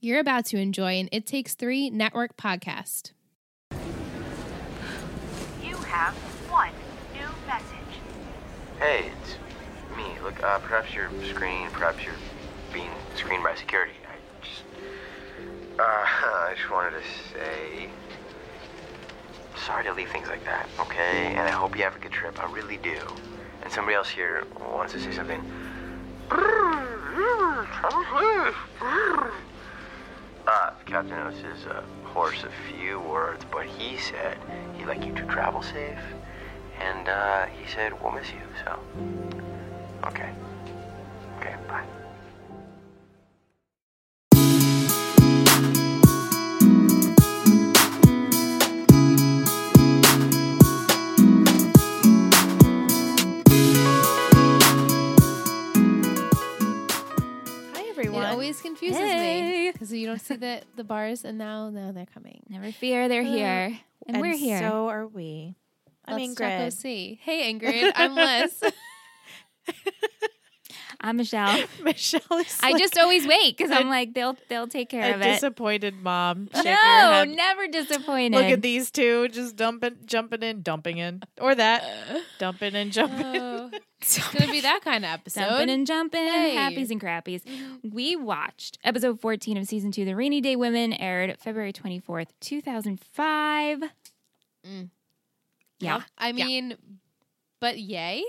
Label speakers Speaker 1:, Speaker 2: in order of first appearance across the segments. Speaker 1: You're about to enjoy an It Takes Three network podcast.
Speaker 2: You have one new message.
Speaker 3: Hey, it's me. Look, uh, perhaps your screen, perhaps you're being screened by security. I just, uh, I just wanted to say, sorry to leave things like that, okay? And I hope you have a good trip. I really do. And somebody else here wants to say something. Uh, Captain Oates is a horse of few words, but he said he'd like you to travel safe. And, uh, he said, we'll miss you, so. Okay. Okay, bye.
Speaker 4: Hi everyone.
Speaker 1: It always confuses me
Speaker 4: Hey.
Speaker 1: because you don't see the, the bars, and now now they're coming.
Speaker 5: Never fear, they're here. And, we're here.
Speaker 4: Uh, So are we. I'm
Speaker 1: Let's talk
Speaker 4: Ingrid.
Speaker 1: OC. Hey, Ingrid. I'm Liz.
Speaker 5: I'm Michelle.
Speaker 4: Michelle is
Speaker 5: I
Speaker 4: like
Speaker 5: just always wait because
Speaker 4: a-
Speaker 5: I'm like, they'll they'll take care
Speaker 4: a
Speaker 5: of it.
Speaker 4: disappointed mom. shaking her
Speaker 5: No,
Speaker 4: head.
Speaker 5: never disappointed.
Speaker 4: Look at these two just dumping jumping in, dumping in. Or that. dumping and jumping.
Speaker 1: Oh, it's going to be that kind of episode.
Speaker 5: Dumping and jumping,
Speaker 1: Hey.
Speaker 5: happies and crappies.
Speaker 4: Mm-hmm.
Speaker 5: We watched episode 14 of season two, The Rainy Day Women, aired February 24th, 2005.
Speaker 1: Mm.
Speaker 5: Yeah.
Speaker 1: I
Speaker 5: Yeah.
Speaker 1: mean, but yay,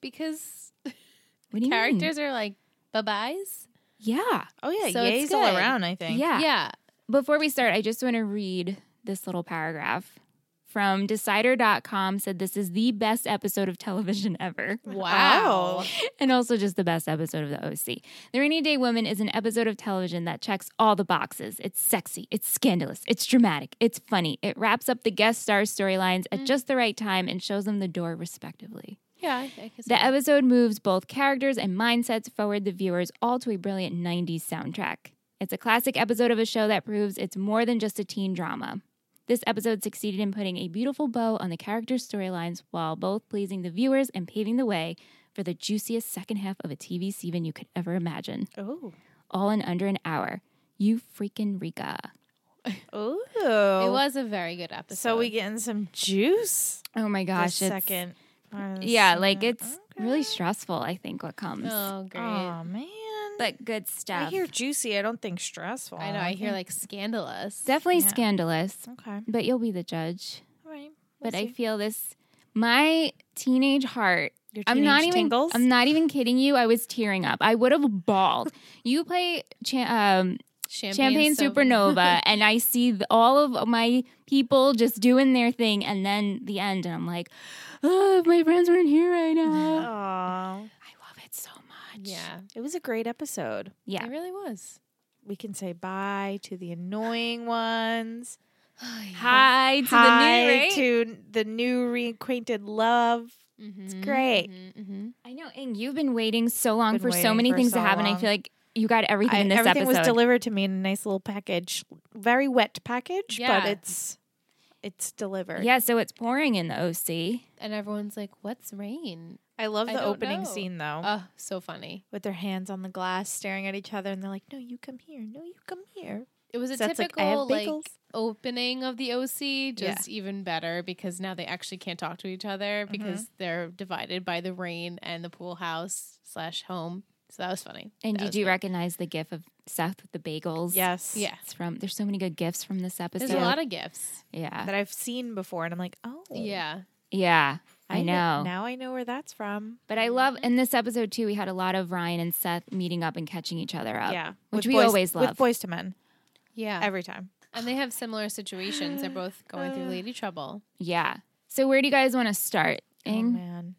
Speaker 1: because
Speaker 5: What do you mean?
Speaker 1: characters are like bye byes.
Speaker 5: Yeah.
Speaker 4: Oh yeah,
Speaker 1: So it's
Speaker 4: yays all
Speaker 1: good.
Speaker 4: around, I think.
Speaker 5: Yeah.
Speaker 1: Yeah.
Speaker 5: Before we start, I just want to read this little paragraph from decider.com said this is the best episode of television ever.
Speaker 1: Wow.
Speaker 4: Oh.
Speaker 5: and also just the best episode of the OC. The Rainy Day Woman is an episode of television that checks all the boxes. It's sexy, it's scandalous, it's dramatic, it's funny. It wraps up the guest stars' storylines at just the right time and shows them the door respectively.
Speaker 1: Yeah. I, I guess
Speaker 5: The episode moves both characters and mindsets forward the viewers all to a brilliant 90s soundtrack. It's a classic episode of a show that proves it's more than just a teen drama. This episode succeeded in putting a beautiful bow on the characters' storylines while both pleasing the viewers and paving the way for the juiciest second half of a TV season you could ever imagine,
Speaker 4: Oh.
Speaker 5: all in under an hour. You freaking Rika.
Speaker 4: Ooh.
Speaker 1: it was a very good episode.
Speaker 4: So we getting some juice
Speaker 5: Oh my gosh.
Speaker 4: this
Speaker 5: it's,
Speaker 4: second. or the
Speaker 5: Yeah, like
Speaker 4: second-
Speaker 5: it's really stressful, I think, what comes.
Speaker 1: Oh, great.
Speaker 4: Oh man.
Speaker 5: But good stuff.
Speaker 4: I hear juicy, I don't think stressful.
Speaker 1: I know. I hear
Speaker 4: think-
Speaker 1: like scandalous.
Speaker 5: Definitely
Speaker 4: Yeah.
Speaker 5: scandalous,
Speaker 4: Okay.
Speaker 5: but you'll be the judge.
Speaker 4: All right.
Speaker 5: But
Speaker 4: We'll
Speaker 5: I
Speaker 4: see.
Speaker 5: feel this my teenage heart.
Speaker 4: Your
Speaker 5: I'm not
Speaker 4: teenage
Speaker 5: even
Speaker 4: tingles?
Speaker 5: I'm not even kidding you. I was tearing up. I would have bawled. you play cha- um, Champagne,
Speaker 1: soda.
Speaker 5: Supernova and I see th- all of my people just doing their thing and then the end and I'm like, "Oh, if my friends weren't here right now."
Speaker 4: Aw.
Speaker 5: I love it so much.
Speaker 1: Yeah.
Speaker 4: It was a great episode.
Speaker 5: Yeah.
Speaker 1: It really was.
Speaker 4: we can say bye to the annoying ones.
Speaker 5: Hi to the new,
Speaker 4: Hi
Speaker 5: right?
Speaker 4: to the new reacquainted love.
Speaker 1: It's
Speaker 5: Mm-hmm.
Speaker 4: great.
Speaker 1: mm-hmm.
Speaker 5: I know, and you've been waiting so long
Speaker 4: Been
Speaker 5: for so
Speaker 4: waiting
Speaker 5: many
Speaker 4: for
Speaker 5: things
Speaker 4: so
Speaker 5: to happen. I
Speaker 4: long.
Speaker 5: feel like you got everything
Speaker 4: I-
Speaker 5: in this
Speaker 4: everything
Speaker 5: episode.
Speaker 4: was delivered to me in a nice little package, very wet package,
Speaker 1: Yeah.
Speaker 4: but it's it's delivered.
Speaker 5: yeah, so it's pouring in the OC.
Speaker 1: And everyone's like, "What's rain?"
Speaker 4: I love
Speaker 1: I
Speaker 4: the
Speaker 1: don't
Speaker 4: opening
Speaker 1: know.
Speaker 4: scene though,
Speaker 5: Uh,
Speaker 1: Oh, so funny.
Speaker 4: with their hands on the glass, staring at each other, and they're like, "No, you come here. No, you come here."
Speaker 1: It was a
Speaker 4: So it's like, I
Speaker 1: typical
Speaker 4: have
Speaker 1: like,
Speaker 4: bagels.
Speaker 1: opening of the OC, just even better because now they actually can't talk to each other because they're divided by the rain and the pool house slash home. So that was funny.
Speaker 5: And
Speaker 1: That
Speaker 5: did
Speaker 1: was
Speaker 5: you
Speaker 1: fun.
Speaker 5: recognize the gif of Seth with the bagels?
Speaker 4: Yes,
Speaker 1: Yeah,
Speaker 5: It's from there's so many good gifs from this episode.
Speaker 1: there's a lot of gifts.
Speaker 5: yeah.
Speaker 4: that I've seen before, and I'm like, "Oh,
Speaker 1: Yeah,
Speaker 5: Yeah. I
Speaker 4: kn-
Speaker 5: know.
Speaker 4: Now I know where that's from."
Speaker 5: But I love in this episode too, we had a lot of Ryan and Seth meeting up and catching each other up.
Speaker 4: yeah, With
Speaker 5: Which we
Speaker 4: boys-
Speaker 5: always
Speaker 4: with
Speaker 5: love.
Speaker 4: boys to men
Speaker 1: yeah,
Speaker 4: every time.
Speaker 1: and they have similar situations. They're both going through lady trouble.
Speaker 5: yeah. So where do you guys want to start?
Speaker 4: Oh
Speaker 5: Ing?
Speaker 4: man,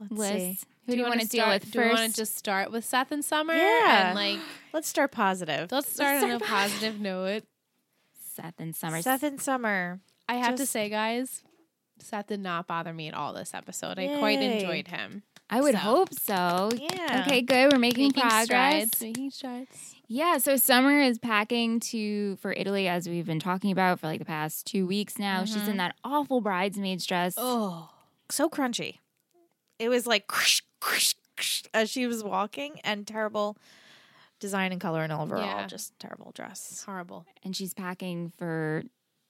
Speaker 4: let's
Speaker 5: Liz?
Speaker 4: see.
Speaker 5: Who do you, want to deal
Speaker 1: start-
Speaker 5: with
Speaker 1: Do we want
Speaker 5: first?
Speaker 1: to just start with Seth and Summer?
Speaker 4: Yeah.
Speaker 1: and like
Speaker 4: Let's start positive.
Speaker 1: let's start on a positive note.
Speaker 5: Seth and Summer.
Speaker 4: Seth and Summer.
Speaker 1: I have to
Speaker 4: Just-
Speaker 1: say, guys, Seth did not bother me at all this episode. I quite
Speaker 4: Yay.
Speaker 1: enjoyed him.
Speaker 5: I would
Speaker 1: so.
Speaker 5: hope so.
Speaker 4: Yeah.
Speaker 5: Okay, good. We're making, progress.
Speaker 1: strides, making strides.
Speaker 5: Yeah, so Summer is packing to for Italy as we've been talking about for like the past 2 weeks now. She's
Speaker 4: Mm-hmm.
Speaker 5: in that awful bridesmaid's dress.
Speaker 1: Oh,
Speaker 4: So crunchy. It was like as she was walking and terrible design and color and overall
Speaker 1: Yeah.
Speaker 4: just terrible dress.
Speaker 1: horrible.
Speaker 5: and she's packing for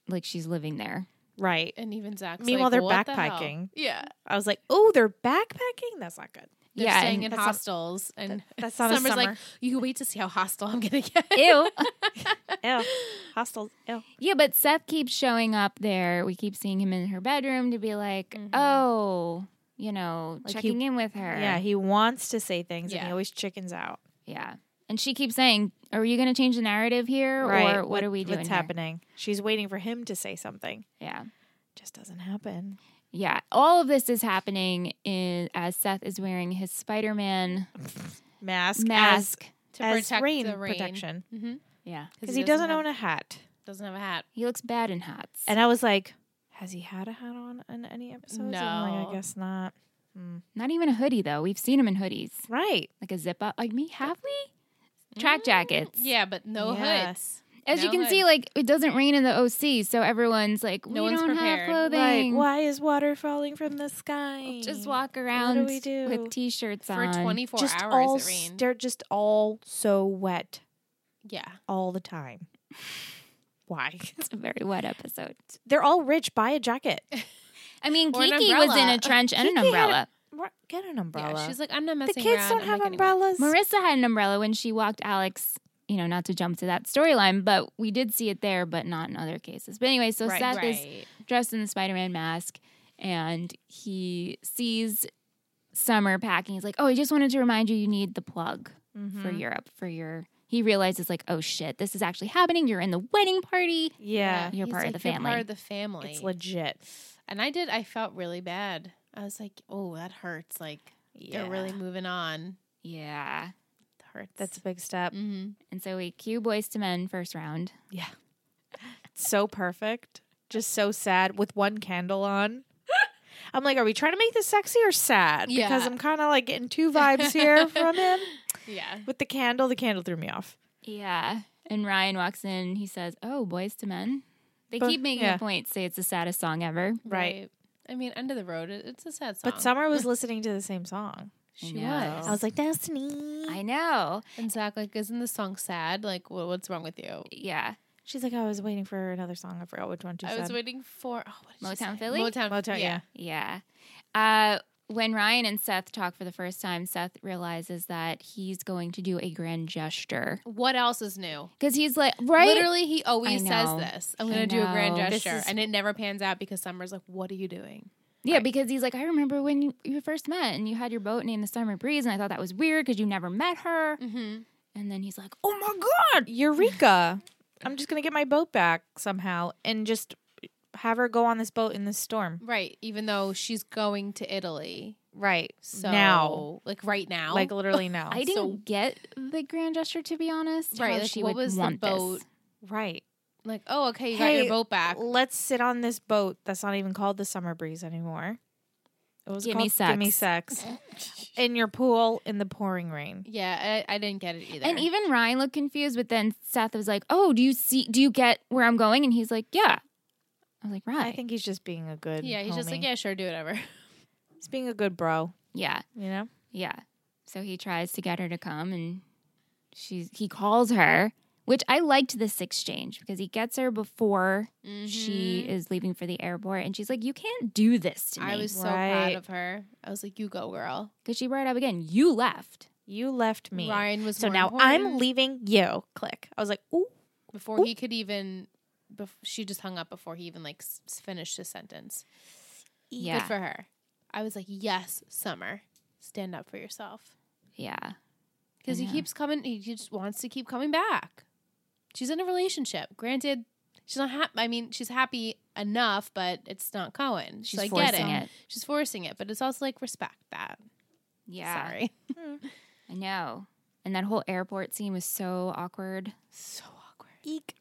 Speaker 5: like she's living there.
Speaker 4: Right.
Speaker 1: And even Zach's
Speaker 4: Meanwhile,
Speaker 1: like,
Speaker 4: they're
Speaker 1: "What the hell?"
Speaker 4: backpacking.
Speaker 1: yeah,
Speaker 4: I was like, oh, they're backpacking. That's not good.
Speaker 1: they're
Speaker 5: yeah,
Speaker 1: staying in
Speaker 5: and-
Speaker 4: That's not-
Speaker 1: hostels, and
Speaker 4: that's not a
Speaker 1: Summer's like,
Speaker 4: summer.
Speaker 1: you can wait to see how hostile I'm gonna get.
Speaker 5: ew.
Speaker 4: Ew. Hostels. Ew.
Speaker 5: Yeah, but Seth keeps showing up there. We keep seeing him in her bedroom to be like, oh, you know,
Speaker 4: Mm-hmm. Like he-
Speaker 5: checking in with her.
Speaker 4: Yeah, he wants to say things and
Speaker 1: Yeah.
Speaker 4: he always chickens out.
Speaker 5: yeah. And she keeps saying, are you going to change the narrative here? Or what, are we doing?
Speaker 4: What's
Speaker 5: here?
Speaker 4: happening? She's waiting for him to say something.
Speaker 5: Yeah.
Speaker 4: Just doesn't happen.
Speaker 5: Yeah. All of this is happening in, as Seth is wearing his Spider Man
Speaker 4: Mask.
Speaker 5: mask.
Speaker 1: to
Speaker 4: As, as
Speaker 1: protect
Speaker 4: rain,
Speaker 1: the rain Mm-hmm.
Speaker 4: protection.
Speaker 5: yeah.
Speaker 4: Because he doesn't own a hat.
Speaker 1: doesn't have a hat.
Speaker 5: He looks bad in hats.
Speaker 4: And I was like, has he had a hat on in any episodes? And I'm like, I
Speaker 1: No.
Speaker 4: guess not.
Speaker 5: Not even a hoodie, though. We've seen him in hoodies,
Speaker 4: Right.
Speaker 5: like a zip up. Like me, have we? Track jackets.
Speaker 1: Mm, Yeah, but no
Speaker 4: Yeah.
Speaker 1: hoods.
Speaker 5: As you
Speaker 1: No
Speaker 5: can
Speaker 1: hood.
Speaker 5: see, like it doesn't rain in the OC, so everyone's like,
Speaker 1: No
Speaker 5: we
Speaker 1: one's
Speaker 5: don't have
Speaker 1: prepared. Like,
Speaker 5: clothing.
Speaker 4: Like, why is water falling from the sky?
Speaker 5: Just walk around
Speaker 4: we do?
Speaker 5: with t-shirts
Speaker 1: For
Speaker 5: on.
Speaker 1: 24
Speaker 4: just
Speaker 1: hours
Speaker 4: all
Speaker 1: it rained.
Speaker 4: They're just all so wet
Speaker 1: yeah.
Speaker 4: all the time. Why?
Speaker 5: It's a very wet episode.
Speaker 4: they're all rich. Buy a jacket.
Speaker 5: I mean,
Speaker 1: Or an
Speaker 5: Kiki was in a
Speaker 1: umbrella.
Speaker 5: trench and an
Speaker 4: Kiki had
Speaker 5: umbrella.
Speaker 4: Wha- Get an umbrella.
Speaker 1: Yeah, she's like, I'm not messing
Speaker 4: the kids
Speaker 1: around.
Speaker 4: don't
Speaker 1: I'm
Speaker 4: have
Speaker 1: not getting wet."
Speaker 4: umbrellas.
Speaker 5: Marissa had an umbrella when she walked Alex. You know, not to jump to that storyline, but we did see it there, but not in other cases. But anyway, so
Speaker 4: Right,
Speaker 5: Seth is
Speaker 1: Right.
Speaker 5: dressed in the Spider-Man mask, and he sees Summer packing. He's like, "Oh, I just wanted to remind you, you need the plug." for
Speaker 4: Mhm.
Speaker 5: Europe for your. He realizes like, oh shit, this is actually happening. You're in the wedding party.
Speaker 4: Yeah.
Speaker 5: You're
Speaker 1: He's
Speaker 5: part of
Speaker 1: like,
Speaker 5: the
Speaker 1: You're part
Speaker 5: family."
Speaker 1: of the family.
Speaker 4: It's legit.
Speaker 1: and I did. I felt really bad. I was like, oh, that hurts. Like they're really moving on.
Speaker 5: Yeah.
Speaker 1: It hurts.
Speaker 4: That's a big step.
Speaker 1: Mhm.
Speaker 5: And so we cue boys to men first round.
Speaker 4: So perfect. Just so sad with one candle on. I'm like, are we trying to make this sexy or sad? Because
Speaker 1: Yeah.
Speaker 4: I'm kind of like getting two vibes here from him.
Speaker 1: yeah.
Speaker 4: With the candle, the candle threw me off.
Speaker 5: Yeah. And Ryan walks in. He says, "Oh, boys to men." They
Speaker 4: But-
Speaker 5: keep making
Speaker 4: yeah.
Speaker 5: a point. Say it's the saddest song ever.
Speaker 4: Right.
Speaker 1: I mean, end of the road. It, it's a sad song.
Speaker 4: But Summer was listening to the same song.
Speaker 5: I
Speaker 1: she
Speaker 5: know.
Speaker 1: was.
Speaker 4: I was like, Destiny.
Speaker 5: I know.
Speaker 1: and Zach like, isn't the song sad? Like, wha- what's wrong with you?
Speaker 5: Yeah.
Speaker 4: She's like, I was waiting for another song. I forgot which one she
Speaker 1: I
Speaker 4: said.
Speaker 1: was waiting for oh, what did she
Speaker 5: Motown
Speaker 1: say?
Speaker 5: Philly?
Speaker 1: Motown,
Speaker 4: Motown, yeah.
Speaker 5: Yeah. Uh, when Ryan and Seth talk for the first time, Seth realizes that he's going to do a grand gesture
Speaker 1: What else is new?
Speaker 5: because he's like, right?
Speaker 1: Literally, he always
Speaker 5: I
Speaker 1: says
Speaker 5: know.
Speaker 1: this. I'm
Speaker 5: I
Speaker 1: going to do a grand
Speaker 5: know. This
Speaker 1: gesture,
Speaker 5: is-
Speaker 1: and it never pans out because Summer's like, "What are you doing?"
Speaker 5: Yeah, because he's like, I remember when you, you first met and you had your boat named the Summer Breeze, and I thought that was weird because you never met her.
Speaker 1: Mm-hmm.
Speaker 5: And then he's like, Oh my god!
Speaker 4: Eureka! I'm just gonna get my boat back somehow and just have her go on this boat in this storm.
Speaker 1: Right. Even though she's going to Italy,
Speaker 4: Right.
Speaker 1: so
Speaker 4: now.
Speaker 1: like right now,
Speaker 4: Like literally now.
Speaker 5: I didn't
Speaker 1: So-
Speaker 5: get the grand gesture to be honest.
Speaker 1: Right,
Speaker 5: how
Speaker 1: like,
Speaker 5: she
Speaker 1: what
Speaker 5: would
Speaker 1: was the
Speaker 5: want this.
Speaker 1: boat?
Speaker 4: right.
Speaker 1: like, oh, okay, you got
Speaker 4: Hey,
Speaker 1: your boat back.
Speaker 4: Let's sit on this boat that's not even called the summer breeze anymore. It was
Speaker 5: Gimme
Speaker 4: called Gimme Sex. in your pool in the pouring rain.
Speaker 1: Yeah, I, I didn't get it either.
Speaker 5: And even Ryan looked confused, but then Seth was like, "Oh, do you see? Do you get where I'm going?" And he's like, "Yeah." I was like, "Right,
Speaker 4: I think he's just being a good
Speaker 1: yeah, he's just like,
Speaker 4: homie.
Speaker 1: yeah, sure, do whatever.
Speaker 4: He's being a good bro,
Speaker 5: yeah,
Speaker 4: you know?
Speaker 5: yeah." So he tries to get her to come, and she's he calls her, which I liked this exchange because he gets her before
Speaker 1: Mm-hmm.
Speaker 5: she is leaving for the airport and she's like you can't do this to
Speaker 1: I
Speaker 5: me
Speaker 1: was so proud
Speaker 4: Right.
Speaker 1: of her. I was like, you go, girl.
Speaker 5: because she brought it up again you left
Speaker 4: You left me.
Speaker 1: Ryan was
Speaker 4: So
Speaker 1: more
Speaker 4: now I'm
Speaker 1: important.
Speaker 4: leaving you. Click. I was like, ooh.
Speaker 1: before he could even. Bef- she just hung up before he even like s- finished his sentence.
Speaker 5: yeah
Speaker 1: Good for her. I was like, yes, Summer, stand up for yourself.
Speaker 5: yeah
Speaker 1: Because he
Speaker 5: know.
Speaker 1: keeps coming, he just wants to keep coming back. She's in a relationship. Granted, she's not happy. I mean, she's happy enough, but it's not going.
Speaker 5: she's
Speaker 1: so I
Speaker 5: forcing
Speaker 1: get it.
Speaker 5: it
Speaker 1: She's forcing it, but it's also like, respect that.
Speaker 5: yeah
Speaker 1: Sorry.
Speaker 5: i know and that whole airport scene was so awkward
Speaker 1: So awkward.
Speaker 4: Eek.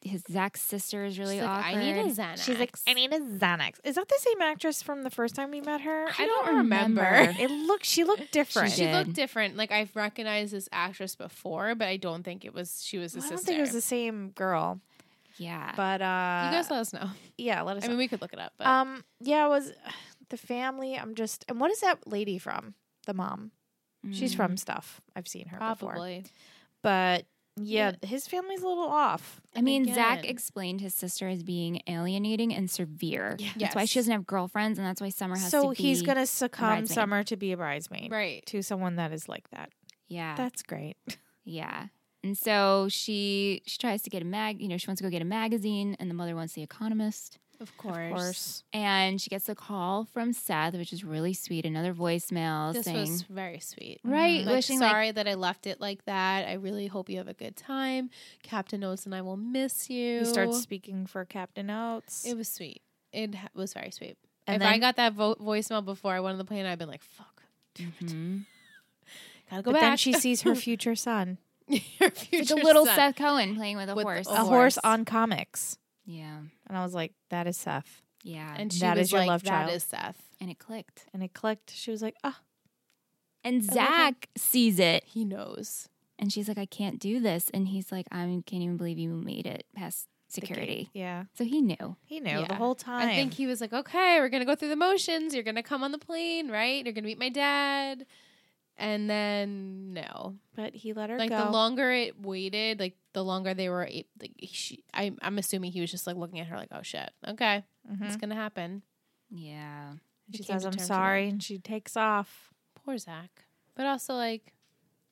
Speaker 5: his zach's sister is really
Speaker 1: She's like,
Speaker 5: awkward
Speaker 1: I need a Xanax.
Speaker 4: She's like, I need a Xanax. Is that the same actress from the first time we met her?
Speaker 1: I don't remember.
Speaker 4: It looked. She looked different.
Speaker 5: She
Speaker 1: she
Speaker 5: did.
Speaker 1: looked different. Like I've recognized this actress before, but I don't think it was. She was a
Speaker 4: I don't
Speaker 1: sister.
Speaker 4: think it was the same girl,
Speaker 5: yeah
Speaker 4: but uh,
Speaker 1: you guys let us know.
Speaker 4: yeah, let us.
Speaker 1: I mean, we could look it up, but
Speaker 4: know. um, yeah, it was the family. I'm just. And what is that lady from? The mom. She's
Speaker 5: Mm.
Speaker 4: from stuff. I've seen her before.
Speaker 1: probably
Speaker 4: But yeah, his family's a little off.
Speaker 5: I mean, Zach
Speaker 1: again-
Speaker 5: explained his sister as being alienating and severe. That's why
Speaker 1: Yes.
Speaker 5: she doesn't have girlfriends, and that's why Summer has
Speaker 4: So
Speaker 5: to be.
Speaker 4: he's gonna succumb
Speaker 5: bridesmaid.
Speaker 4: summer to be a bridesmaid,
Speaker 1: Right.
Speaker 4: To someone that is like that.
Speaker 5: Yeah,
Speaker 4: That's great.
Speaker 5: yeah. And so she she tries to get a mag. You know, she wants to go get a magazine, and the mother wants The Economist.
Speaker 1: Of course.
Speaker 5: And she gets a call from Seth, which is really sweet. Another voicemail
Speaker 1: This
Speaker 5: saying,
Speaker 1: was very sweet.
Speaker 5: "Right,
Speaker 1: Like,
Speaker 5: wishing like
Speaker 1: sorry that I left it like that. I really hope you have a good time. Captain Oates and I will miss you.
Speaker 4: He starts speaking for Captain Oates.
Speaker 1: It was sweet. It ha- was very sweet.
Speaker 4: And
Speaker 1: if
Speaker 4: then-
Speaker 1: I got that vo- voicemail before I went on the plane, I'd been like, "Fuck,
Speaker 5: Mhm.
Speaker 1: gotta go
Speaker 4: but
Speaker 1: back."
Speaker 4: then she sees her future son,
Speaker 1: Your
Speaker 5: It's
Speaker 1: future
Speaker 5: like a little
Speaker 1: son.
Speaker 5: Seth Cohen playing with a
Speaker 1: With the-
Speaker 5: horse.
Speaker 1: A
Speaker 4: a horse.
Speaker 1: horse.
Speaker 4: on comics,
Speaker 5: Yeah,
Speaker 4: and I was like, "That is Seth."
Speaker 5: yeah. And,
Speaker 1: and she
Speaker 4: That
Speaker 1: was
Speaker 4: is your
Speaker 1: like,
Speaker 4: love
Speaker 1: "That
Speaker 4: child."
Speaker 1: is Seth."
Speaker 5: it clicked.
Speaker 4: And it clicked. She was like, "Ah,
Speaker 5: And
Speaker 4: love
Speaker 5: Zach sees it,
Speaker 1: He knows.
Speaker 5: and she's like, "I can't do this." And he's like, "I can't even believe you made it past
Speaker 4: the gate."
Speaker 5: security."
Speaker 4: Yeah,
Speaker 5: So he knew.
Speaker 4: he knew the
Speaker 1: Yeah.
Speaker 4: whole time.
Speaker 1: I think he was like, "Okay, we're gonna go through the motions. You're gonna come on the plane, right? You're gonna meet my dad." And then no,
Speaker 4: but he let her
Speaker 1: like
Speaker 4: go.
Speaker 1: the longer it waited, like the longer they were. a- Like she, I, I'm assuming he was just like looking at her, like, "Oh shit, okay,
Speaker 4: Mhm.
Speaker 1: it's gonna happen."
Speaker 5: Yeah.
Speaker 1: He
Speaker 4: She
Speaker 1: came
Speaker 4: says,
Speaker 1: to
Speaker 4: "I'm
Speaker 1: terms with
Speaker 4: sorry," and she takes off.
Speaker 1: it. Poor Zach, but also like,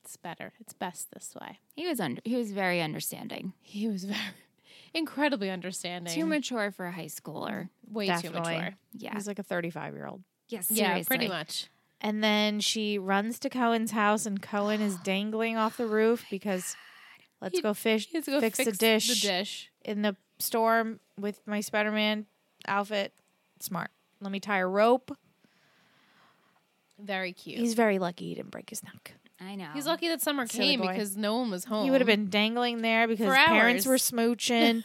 Speaker 1: it's better. It's best this way.
Speaker 5: He was under he was very understanding.
Speaker 1: He was very incredibly understanding.
Speaker 5: Too mature for a high schooler.
Speaker 1: way too
Speaker 4: Definitely.
Speaker 1: mature.
Speaker 5: Yeah.
Speaker 4: He's like a 35 year old.
Speaker 5: yes,
Speaker 1: Yeah, pretty much.
Speaker 4: And then she runs to Cohen's house, and Cohen is dangling off the roof because let's
Speaker 1: He-
Speaker 4: go fish,
Speaker 1: He has to go
Speaker 4: fix,
Speaker 1: fix,
Speaker 4: a dish,
Speaker 1: The dish.
Speaker 4: in the storm with my Spider Man outfit. Smart. Let me tie a rope.
Speaker 1: Very cute.
Speaker 4: He's
Speaker 1: He's,
Speaker 4: very lucky he didn't break his neck.
Speaker 5: I know.
Speaker 1: lucky that summer
Speaker 4: Silly
Speaker 1: came
Speaker 4: boy.
Speaker 1: because no one was home.
Speaker 4: He would have been dangling there because
Speaker 1: For
Speaker 4: his parents
Speaker 1: hours.
Speaker 4: were smooching.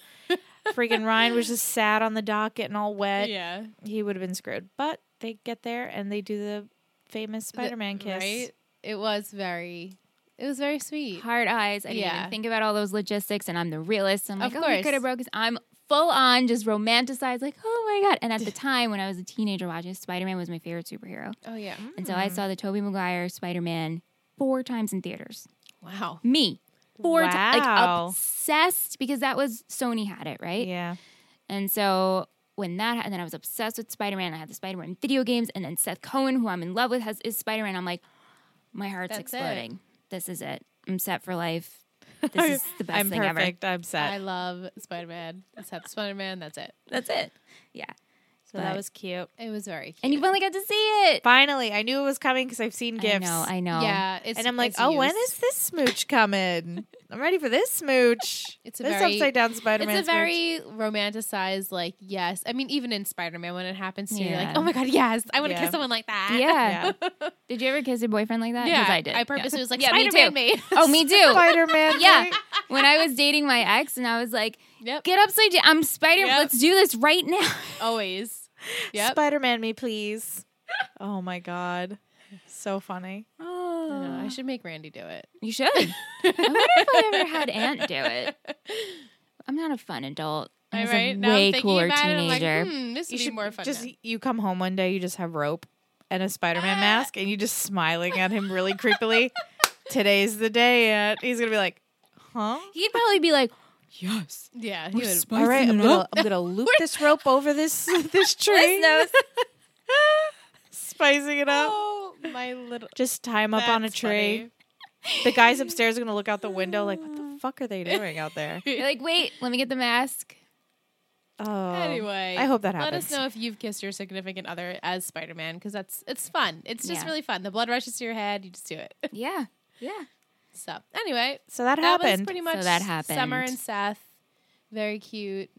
Speaker 4: Freaking Ryan was just sad on the dock getting all wet.
Speaker 1: yeah,
Speaker 4: He would have been screwed. But they get there and they do the famous
Speaker 1: The-
Speaker 4: Spider Man kiss.
Speaker 1: Right? It was very. It was very sweet.
Speaker 5: hard eyes. I didn't
Speaker 1: Yeah.
Speaker 5: even think about all those logistics and I'm the realist. I'm like,
Speaker 1: Of
Speaker 5: oh, he
Speaker 1: course.
Speaker 5: could have broke his I'm full on just romanticized, like, oh my god. And at the time when I was a teenager watching Spider Man was my favorite superhero.
Speaker 1: Oh yeah.
Speaker 4: Hmm?
Speaker 5: And so I saw the Toby Maguire Spider Man four times in theaters.
Speaker 1: Wow.
Speaker 5: Me. Four times
Speaker 4: Wow.
Speaker 5: like obsessed because that was Sony had it, right?
Speaker 4: Yeah.
Speaker 5: And so when that and then I was obsessed with Spider Man. I had the Spider Man video games, and then Seth Cohen, who I'm in love with, has is Spider Man. I'm like, my heart's
Speaker 1: That's
Speaker 5: exploding. This is it. I'm set for life. This is the best
Speaker 4: I'm
Speaker 5: thing
Speaker 4: perfect. I'm set.
Speaker 1: I love Spider Man. Except Spider Man. That's it.
Speaker 5: ever. That's it. Yeah.
Speaker 4: so that
Speaker 5: but-
Speaker 4: was cute.
Speaker 1: It was very cute.
Speaker 5: And you finally got to see it.
Speaker 4: Finally, I knew it was coming because I've seen
Speaker 5: I
Speaker 4: gifts.
Speaker 5: know. I know.
Speaker 1: yeah, it's,
Speaker 4: and I'm like,
Speaker 1: it's
Speaker 4: oh, when
Speaker 1: used.
Speaker 4: is this smooch coming? I'm ready for this smooch.
Speaker 1: It's a
Speaker 4: this
Speaker 1: very-
Speaker 4: upside down Spider Man.
Speaker 1: It's a very romanticized, like yes. I mean, even in Spider Man, when it happens to you, you're
Speaker 5: Yeah.
Speaker 1: like, oh my god, yes, I want to
Speaker 4: Yeah.
Speaker 1: kiss someone like that.
Speaker 5: Yeah. Did you ever kiss your boyfriend like that? 'Cause
Speaker 1: yeah.
Speaker 5: I did.
Speaker 1: I purposely was like,
Speaker 5: Yeah, me
Speaker 1: Spider Man
Speaker 5: too.
Speaker 1: me.
Speaker 5: Yeah. Oh, me too.
Speaker 4: Spider Man.
Speaker 5: yeah. When I was dating my ex, and I was like,
Speaker 1: Yep.
Speaker 5: "Get upside down. I'm Spider.
Speaker 1: Yep.
Speaker 5: Let's do this right now."
Speaker 1: Always. Yep.
Speaker 4: Spider Man, me please. Oh my god, so funny.
Speaker 1: I,
Speaker 5: Oh,
Speaker 1: know, I should make Randy do it.
Speaker 5: You should. I wonder if I ever had Aunt do it. I'm not a fun adult. I
Speaker 1: All
Speaker 5: was
Speaker 1: right.
Speaker 5: a
Speaker 1: now I'm
Speaker 5: way
Speaker 1: thinking
Speaker 5: cooler
Speaker 1: about it, I'm like,
Speaker 5: teenager.
Speaker 1: hmm, this would be more fun.
Speaker 4: just
Speaker 1: now.
Speaker 4: you come home one day, you just have rope and a Spider
Speaker 1: Ah.
Speaker 4: Man mask, and you just smiling at him really creepily. Today's the day. Aunt. He's gonna be like, huh?
Speaker 5: He'd probably be like,
Speaker 1: yeah. He would,
Speaker 4: All right, I'm gonna, I'm gonna loop this rope over this this tree,
Speaker 5: "This knows."
Speaker 4: spicing it up.
Speaker 1: oh, my little.
Speaker 4: Just tie him up on a
Speaker 1: That's
Speaker 4: tree.
Speaker 1: funny.
Speaker 4: The guys upstairs are gonna look out the window like, what the fuck are they doing out there?
Speaker 5: You're like, wait, let me get the mask.
Speaker 4: Oh,
Speaker 1: Anyway,
Speaker 4: I hope that
Speaker 1: Let
Speaker 4: happens.
Speaker 1: us know if you've kissed your significant other as Spider Man because that's it's fun. It's just
Speaker 5: Yeah.
Speaker 1: really fun. The blood rushes to your head. You just do it.
Speaker 5: Yeah, yeah.
Speaker 1: So anyway,
Speaker 4: So that,
Speaker 1: that was
Speaker 4: happened.
Speaker 1: pretty much
Speaker 5: that happened.
Speaker 1: Summer and Seth, very cute.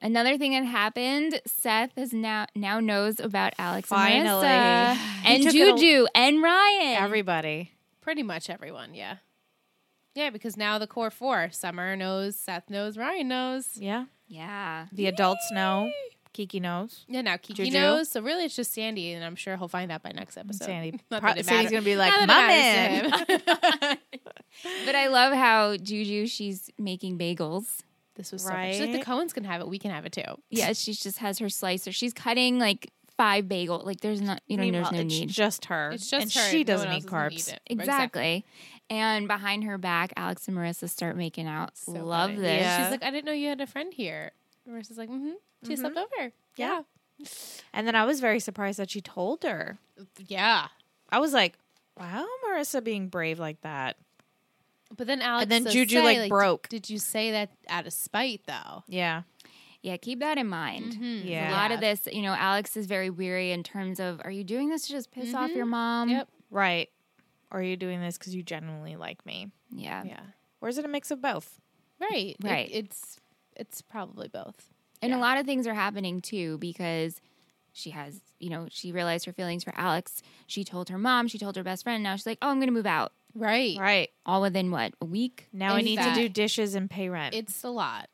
Speaker 5: Another thing that happened, Seth is now now knows about Alex
Speaker 4: Finally.
Speaker 5: and Marissa
Speaker 4: He
Speaker 5: and
Speaker 4: took it a-
Speaker 5: Juju and Ryan.
Speaker 4: Everybody.
Speaker 1: Pretty much everyone, yeah, yeah. Because now the core four: Summer knows, Seth knows, Ryan knows.
Speaker 4: Yeah.
Speaker 5: yeah,
Speaker 4: The adults know. Kiki knows.
Speaker 1: Yeah, now Kiki
Speaker 4: Juju?
Speaker 1: knows. So really, it's just Sandy, and I'm sure he'll find out by next episode.
Speaker 4: Sandy.
Speaker 1: Not
Speaker 4: Pro-
Speaker 1: that it
Speaker 4: Sandy's
Speaker 1: matter-
Speaker 4: gonna be like,
Speaker 1: not
Speaker 4: "My
Speaker 1: that it matters to him."
Speaker 5: but I love how Juju she's making bagels.
Speaker 1: this was so. Right? She's like,
Speaker 4: Right?
Speaker 1: the Cohens can have it. We can have it too.
Speaker 5: Yeah, she just has her slicer. She's cutting like five bagel. Like there's not, you know,
Speaker 4: Meanwhile,
Speaker 5: there's no
Speaker 4: it's
Speaker 5: need.
Speaker 4: just her.
Speaker 1: It's just
Speaker 4: and
Speaker 1: her.
Speaker 4: She
Speaker 1: No one
Speaker 4: doesn't
Speaker 1: else
Speaker 4: eat
Speaker 1: is gonna
Speaker 4: carbs.
Speaker 1: eat it.
Speaker 5: Exactly. And behind her back, Alex and Marissa start making out.
Speaker 1: So
Speaker 5: Love
Speaker 1: funny.
Speaker 5: this.
Speaker 4: Yeah.
Speaker 1: She's like, I didn't know you had a friend here. Marissa's like, mm-hmm. She slept over.
Speaker 4: Yeah. And then I was very surprised that she told her.
Speaker 1: Yeah.
Speaker 4: I was like, wow, Marissa being brave like that.
Speaker 1: But then Alex
Speaker 4: And then
Speaker 1: does
Speaker 4: Juju,
Speaker 1: say,
Speaker 4: like, broke.
Speaker 1: Did you say that out of spite though?
Speaker 4: Yeah.
Speaker 5: Yeah, keep that in mind.
Speaker 4: Yeah.
Speaker 5: A lot of this, you know, Alex is very weary in terms of are you doing this to just piss off your mom?
Speaker 1: Yep.
Speaker 4: Right. Or are you doing this because you genuinely like me?
Speaker 5: Yeah.
Speaker 1: Yeah.
Speaker 4: Or is it a mix of both?
Speaker 1: Right. It-
Speaker 5: Right.
Speaker 1: it's it's probably both.
Speaker 5: And a lot of things are happening too because she has, you know, she realized her feelings for Alex. She told her mom, she told her best friend. Now she's like, oh, I'm going to move out.
Speaker 1: Right.
Speaker 4: Right.
Speaker 5: All within what, a week?
Speaker 4: Now I need to
Speaker 1: Exact-
Speaker 4: do dishes and pay rent.
Speaker 1: It's a lot.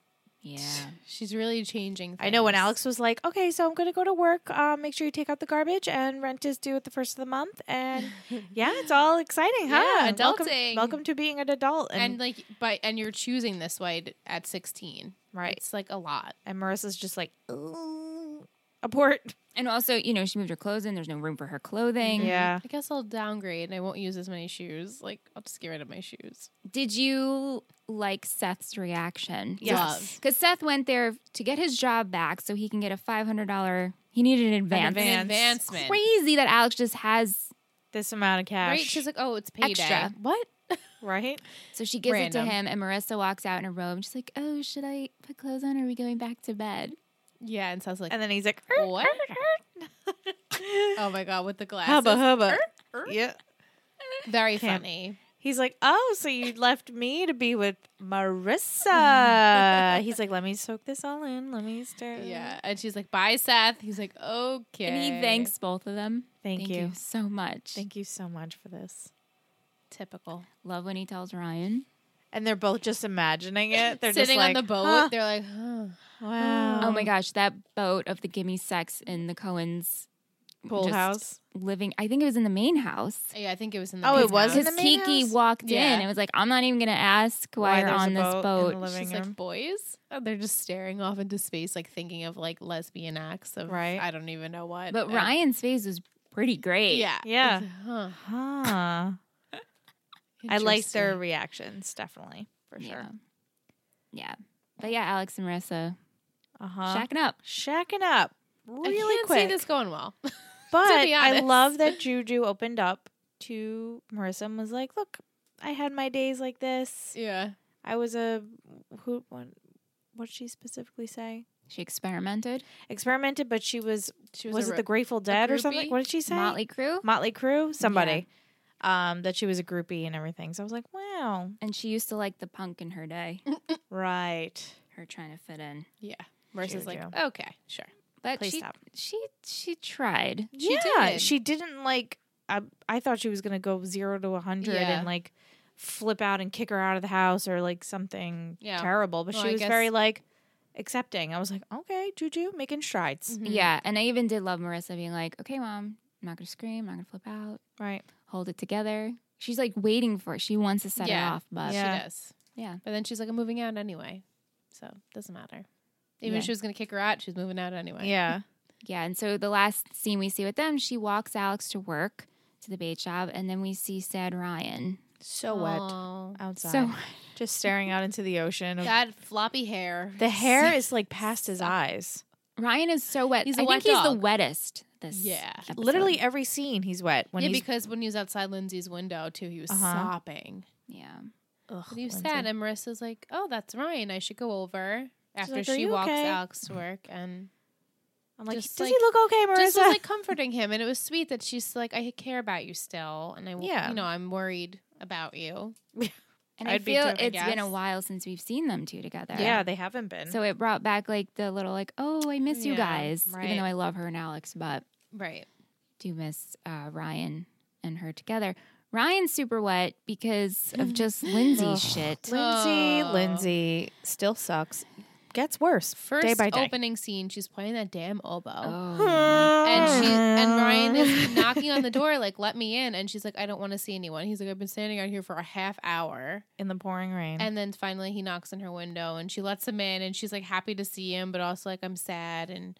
Speaker 5: Yeah.
Speaker 1: She's really changing. Things.
Speaker 4: I know when Alex was like, okay, so I'm going to go to work. Uh, make sure you take out the garbage and rent is due at the first of the month. And yeah, it's all exciting, huh?
Speaker 1: Yeah,
Speaker 4: Welcome,
Speaker 1: adulting.
Speaker 4: welcome to being an adult. And,
Speaker 1: and like but and you're choosing this way t- at 16.
Speaker 4: Right.
Speaker 1: It's like a lot.
Speaker 4: and Marissa's just like, "Ooh, abort.
Speaker 5: And also, you know, she moved her clothes in. There's no room for her clothing.
Speaker 4: Yeah.
Speaker 1: I guess I'll downgrade and I won't use as many shoes. Like I'll just get rid of my shoes.
Speaker 5: Did you like Seth's reaction?
Speaker 4: Yes.
Speaker 1: Love.
Speaker 5: Because Seth went there to get his job back so he can get a $500. He needed an advance.
Speaker 1: An
Speaker 4: advance.
Speaker 1: advancement.
Speaker 5: Crazy that Alex just has.
Speaker 4: This amount of cash.
Speaker 1: Right? She's like, "Oh, it's payday."
Speaker 5: Extra.
Speaker 1: What?
Speaker 4: right?
Speaker 5: So she gives it to
Speaker 1: Random.
Speaker 5: him, and Marissa walks out in a robe. She's like, "Oh, should I put clothes on? Or are we going back to bed?"
Speaker 1: Yeah, and so I was like,
Speaker 4: And then he's like, "Er,
Speaker 1: "What?" oh my god, with the glasses.
Speaker 4: hubba
Speaker 1: "Er,
Speaker 4: hubba. Yeah.
Speaker 1: Very
Speaker 4: Can't-
Speaker 1: funny.
Speaker 4: He's like, oh, so you left me to be with Marissa. He's like, let me soak this all in. Let me start.
Speaker 1: Yeah, and she's like, "Bye, Seth." He's like, "Okay."
Speaker 5: And he thanks both of them.
Speaker 4: Thank you.
Speaker 5: so much.
Speaker 4: Thank you so much for this.
Speaker 1: Typical.
Speaker 5: Love when he tells Ryan.
Speaker 4: And they're both just imagining it. They're
Speaker 1: Sitting
Speaker 4: just like,
Speaker 1: on the boat,
Speaker 4: "Huh,
Speaker 1: they're like, "Huh."
Speaker 4: wow.
Speaker 5: Oh my gosh, that boat of the gimme sex in the Cohens
Speaker 4: Pool
Speaker 5: just
Speaker 4: house.
Speaker 5: living. I think it was in the main house.
Speaker 1: Yeah, I think it was in the.
Speaker 4: Oh, it
Speaker 1: main
Speaker 4: was
Speaker 1: house.
Speaker 4: in
Speaker 5: Because
Speaker 4: the main
Speaker 5: Kiki
Speaker 4: house?
Speaker 5: walked
Speaker 1: Yeah.
Speaker 5: in and was like, "I'm not even gonna ask why,
Speaker 4: Why
Speaker 5: you're
Speaker 4: there's a
Speaker 5: on this
Speaker 4: boat in the
Speaker 5: boat."
Speaker 4: living
Speaker 1: She's
Speaker 4: room.
Speaker 1: like, boys, Oh, they're just staring off into space, like thinking of like lesbian acts of
Speaker 4: Right.
Speaker 1: I don't even know what.
Speaker 5: But
Speaker 1: And-
Speaker 5: Ryan's face was pretty great.
Speaker 1: yeah,
Speaker 4: Yeah.
Speaker 1: It's like, huh.
Speaker 4: Huh. I like their
Speaker 1: Interesting.
Speaker 4: reactions, definitely. For sure.
Speaker 5: yeah, yeah. But yeah, Alex and Marissa
Speaker 4: Uh huh.
Speaker 5: shacking up.
Speaker 4: Shacking up really
Speaker 1: I can't
Speaker 4: quick.
Speaker 1: see this going well.
Speaker 4: But
Speaker 1: be
Speaker 4: I
Speaker 1: honest.
Speaker 4: love that Juju opened up to Marissa and was like, "Look, I had my days like this.
Speaker 1: yeah,
Speaker 4: I was a who? What? What did she specifically say?
Speaker 5: She experimented.
Speaker 4: Experimented, but she was
Speaker 1: she
Speaker 4: was,
Speaker 1: was, a
Speaker 4: it
Speaker 1: ro-
Speaker 4: the Grateful Dead or something?
Speaker 1: groupie?
Speaker 4: What did she say?
Speaker 5: Motley Crue.
Speaker 4: Motley Crue, somebody. Um, that she was a groupie and everything. So I was like, wow,
Speaker 5: And she used to like the punk in her day,
Speaker 4: Mm. right?
Speaker 5: her trying to fit in.
Speaker 1: yeah. Marissa's
Speaker 4: Juju.
Speaker 1: like, okay, sure.
Speaker 5: But
Speaker 4: Please
Speaker 5: she
Speaker 4: stop.
Speaker 5: she she tried.
Speaker 1: She
Speaker 4: yeah,
Speaker 1: did.
Speaker 4: she didn't like. I I thought she was gonna go zero to a hundred
Speaker 1: Yeah.
Speaker 4: and like flip out and kick her out of the house or like something
Speaker 1: Yeah.
Speaker 4: terrible. But
Speaker 1: Well,
Speaker 4: she
Speaker 1: I
Speaker 4: was
Speaker 1: guess-
Speaker 4: very like accepting. I was like, okay, Juju making strides,
Speaker 5: Mm-hmm. Yeah, and I even did love Marissa being like, "Okay, mom, I'm not gonna scream. I'm not gonna flip out.
Speaker 1: Mm-hmm.
Speaker 4: right?
Speaker 5: Hold it together." She's like waiting for it. She wants to set
Speaker 1: Yeah.
Speaker 5: her off, but
Speaker 4: Yeah.
Speaker 1: She does.
Speaker 5: Yeah.
Speaker 1: But then she's like, I'm moving out anyway. So doesn't matter. Even
Speaker 5: Yeah.
Speaker 1: if she was gonna kick her out, she's moving out anyway.
Speaker 4: Yeah,
Speaker 5: Yeah, and so the last scene we see with them, she walks Alex to work to the bait shop, and then we see sad Ryan.
Speaker 4: so wet
Speaker 1: Aw.
Speaker 4: outside,
Speaker 5: So
Speaker 4: just staring out into the ocean.
Speaker 1: That floppy hair.
Speaker 4: the hair is like past his eyes.
Speaker 5: Ryan is so wet.
Speaker 1: He's a
Speaker 5: I
Speaker 1: wet
Speaker 5: think he's the
Speaker 1: dog.
Speaker 5: wettest. This
Speaker 1: Yeah.
Speaker 5: episode.
Speaker 4: Literally every scene he's wet. When
Speaker 1: yeah,
Speaker 4: he's
Speaker 1: because when he was outside Lindsay's window too, he was
Speaker 4: Uh-huh.
Speaker 1: sopping.
Speaker 5: yeah.
Speaker 4: Ugh,
Speaker 1: But he was
Speaker 4: Lindsay.
Speaker 1: sad, and Marissa's like, "Oh, that's Ryan. I should go over." After
Speaker 4: like, "Are
Speaker 1: she
Speaker 4: you
Speaker 1: walks
Speaker 4: okay?"
Speaker 1: Alex to work, and
Speaker 4: I'm like,
Speaker 1: just,
Speaker 4: does
Speaker 1: like-
Speaker 4: he look okay, Marissa?
Speaker 1: just was like comforting him, and it was sweet that she's like, "I care about you still, and I, w-
Speaker 4: Yeah.
Speaker 1: you know, I'm worried about you."
Speaker 5: And i
Speaker 4: I'd be
Speaker 5: feel
Speaker 4: too,
Speaker 5: it's
Speaker 4: I
Speaker 5: been a
Speaker 1: guess.
Speaker 5: while since we've seen them two together.
Speaker 4: yeah, they haven't been.
Speaker 5: So it brought back like the little like, oh, I miss you
Speaker 1: Yeah,
Speaker 5: guys.
Speaker 4: right.
Speaker 5: Even though I love her and Alex, but
Speaker 1: Right.
Speaker 5: do miss uh, Ryan and her together. Ryan's super wet because of just Lindsay
Speaker 4: Ugh.
Speaker 5: shit.
Speaker 4: Lindsay,
Speaker 1: Oh.
Speaker 4: Lindsay still sucks. Gets worse
Speaker 1: First
Speaker 4: day by day.
Speaker 1: opening scene, she's playing that damn oboe.
Speaker 5: Oh,
Speaker 1: And she
Speaker 4: Oh.
Speaker 1: and Ryan is knocking on the door, like, let me in. And she's like, I don't want to see anyone. He's like, I've been standing out here for a half hour.
Speaker 4: in the pouring rain.
Speaker 1: And then finally he knocks on her window and she lets him in and she's like happy to see him, but also like I'm sad and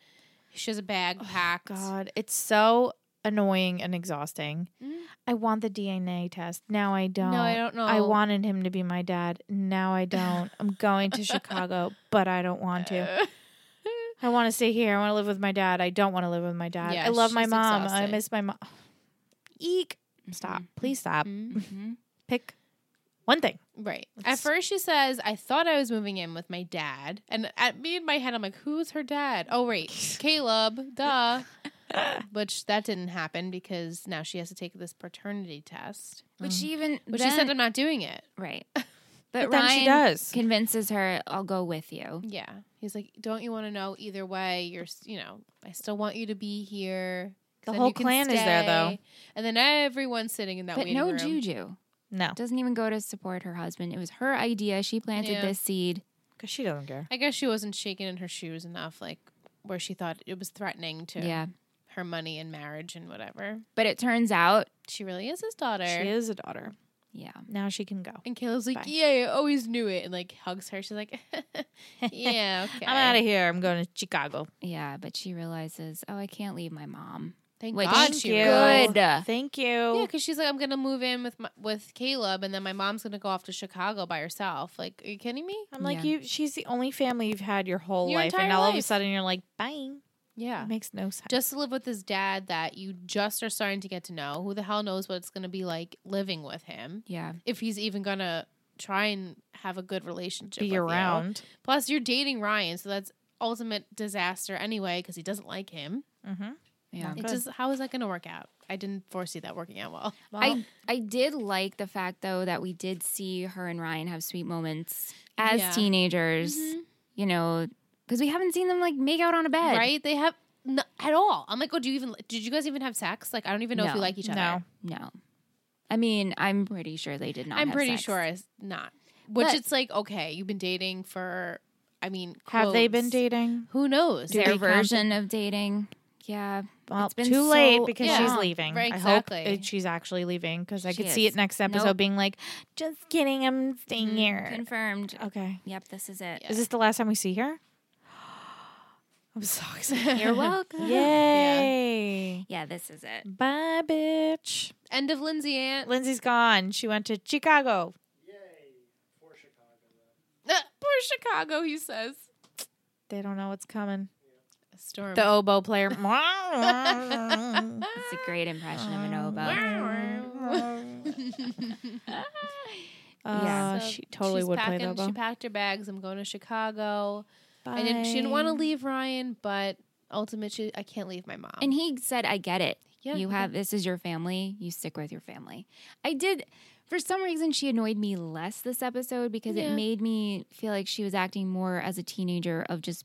Speaker 1: She has a bag packed.
Speaker 4: Oh, God, it's so annoying and exhausting.
Speaker 1: Mm.
Speaker 4: I want the DNA test. Now I don't.
Speaker 1: No, I don't know.
Speaker 4: I wanted him to be my dad. Now I don't. I'm going to Chicago, but I don't want to. I want to stay here. I want to live with my dad. I don't want to live with my dad.
Speaker 1: Yeah,
Speaker 4: I love my
Speaker 1: she's
Speaker 4: mom. I
Speaker 1: exhausted.
Speaker 4: miss my mom. Eek. Stop. Please stop.
Speaker 5: Mm-hmm.
Speaker 4: Pick one thing.
Speaker 1: Right. At
Speaker 4: Let's-
Speaker 1: first, she says, I thought I was moving in with my dad. And at me in my head, I'm like, who's her dad? Oh, wait, Caleb, duh. Which that didn't happen because now she has to take this paternity test.
Speaker 5: Which she even
Speaker 1: Which
Speaker 5: Mm-hmm. then,
Speaker 1: she said, I'm not doing it.
Speaker 5: right.
Speaker 4: But
Speaker 5: But,
Speaker 4: then
Speaker 5: Ryan
Speaker 4: she does.
Speaker 5: convinces her, "I'll go with you."
Speaker 1: Yeah. He's like, don't you want to know either way? You're, s- you know, I still want you to be here. 'Cause
Speaker 4: The
Speaker 1: then
Speaker 4: whole
Speaker 1: you can
Speaker 4: clan is there, though.
Speaker 1: stay." And then everyone's sitting in that
Speaker 5: But
Speaker 1: waiting
Speaker 5: no
Speaker 1: room.
Speaker 5: Juju
Speaker 4: No,
Speaker 5: doesn't even go to support her husband. It was her idea. She planted
Speaker 1: Yeah.
Speaker 5: this seed.
Speaker 4: because she doesn't care.
Speaker 1: I guess she wasn't shaking in her shoes enough, like where she thought it was threatening to
Speaker 5: yeah.
Speaker 1: her money and marriage and whatever.
Speaker 5: But it turns out,
Speaker 1: She really is his daughter.
Speaker 4: She is a daughter.
Speaker 5: yeah.
Speaker 4: Now she can go.
Speaker 1: And Kayla's like,
Speaker 4: Bye.
Speaker 1: yeah, I always knew it. And like hugs her. She's like, yeah, okay.
Speaker 4: I'm out of here. I'm going to Chicago.
Speaker 5: Yeah, but she realizes, "Oh, I can't leave my mom."
Speaker 1: Thank
Speaker 5: Which-
Speaker 1: God
Speaker 5: Thank
Speaker 1: she
Speaker 5: you.
Speaker 1: realized.
Speaker 5: Good. Yeah.
Speaker 4: Thank you.
Speaker 1: Yeah, because she's like, I'm gonna move in with my, with Caleb, and then my mom's gonna go off to Chicago by herself. Like, are you kidding me?
Speaker 4: I'm like
Speaker 5: Yeah.
Speaker 4: you. She's the only family you've had your whole
Speaker 1: Your
Speaker 4: life, and
Speaker 1: entire
Speaker 4: all of a
Speaker 1: life.
Speaker 4: sudden you're like, bye.
Speaker 1: Yeah,
Speaker 4: It makes no sense.
Speaker 1: just to live with this dad that you just are starting to get to know. Who the hell knows what it's gonna be like living with him?
Speaker 5: Yeah.
Speaker 1: If he's even gonna try and have a good relationship,
Speaker 4: be
Speaker 1: with you.
Speaker 4: around.
Speaker 1: Plus, you're dating Ryan, so that's ultimate disaster anyway because he doesn't like him.
Speaker 4: Mm-hmm.
Speaker 5: Yeah.
Speaker 1: It
Speaker 4: Good.
Speaker 1: just how is that going to work out? I didn't foresee that working out well.
Speaker 5: I I did like the fact though that we did see her and Ryan have sweet moments as
Speaker 1: Yeah. Mm-hmm.
Speaker 5: teenagers. You know, because we haven't seen them like make out on a bed,
Speaker 1: right? They have no, at all. I'm like, oh, do you even? Did you guys even have sex? Like, I don't even know if
Speaker 5: No.
Speaker 1: you like each other.
Speaker 4: No.
Speaker 5: No, I mean I'm pretty sure they did not.
Speaker 1: I'm
Speaker 5: have
Speaker 1: pretty
Speaker 5: sex.
Speaker 1: sure it's not. Which
Speaker 5: But-
Speaker 1: it's like, okay, you've been dating for. I mean,
Speaker 4: Have they been
Speaker 1: quotes.
Speaker 4: dating?
Speaker 1: Who knows?
Speaker 4: Do
Speaker 5: their
Speaker 4: they count
Speaker 5: version of dating. Yeah,
Speaker 4: Well,
Speaker 5: It's been
Speaker 4: too
Speaker 5: so
Speaker 4: late because
Speaker 1: Yeah.
Speaker 4: she's
Speaker 1: long.
Speaker 4: leaving.
Speaker 1: Right,
Speaker 4: I
Speaker 1: exactly.
Speaker 4: hope it- she's actually leaving because I
Speaker 5: She
Speaker 4: could see
Speaker 5: is.
Speaker 4: it next episode
Speaker 5: Nope.
Speaker 4: being like, just kidding, I'm staying here.
Speaker 5: confirmed.
Speaker 4: okay.
Speaker 5: Yep, this is it.
Speaker 1: Mm-hmm. Yeah.
Speaker 4: Is this the last time we see her? I'm so excited.
Speaker 5: You're welcome.
Speaker 4: Yay.
Speaker 5: Yeah, this is it.
Speaker 4: Bye, bitch.
Speaker 1: End of Lindsay Ant.
Speaker 4: Lindsay's gone. She went to Chicago.
Speaker 1: Poor Chicago, he says.
Speaker 4: They don't know what's coming.
Speaker 1: Storm.
Speaker 4: The oboe player.
Speaker 5: It's a great impression of
Speaker 4: Oh,
Speaker 5: an oboe.
Speaker 4: yeah,
Speaker 1: So
Speaker 4: Uh, she totally
Speaker 1: she's
Speaker 4: would
Speaker 1: packing,
Speaker 4: play the oboe.
Speaker 1: She packed her bags. I'm going to Chicago. I didn't. She didn't want to leave Ryan, but ultimately, she, I can't leave my mom.
Speaker 5: And he said, "I get it.
Speaker 1: Yeah,
Speaker 5: you
Speaker 1: okay.
Speaker 5: have this is your family. You stick with your family." I did. For some reason, she annoyed me less this episode because it
Speaker 1: Yeah.
Speaker 5: made me feel like she was acting more as a teenager of just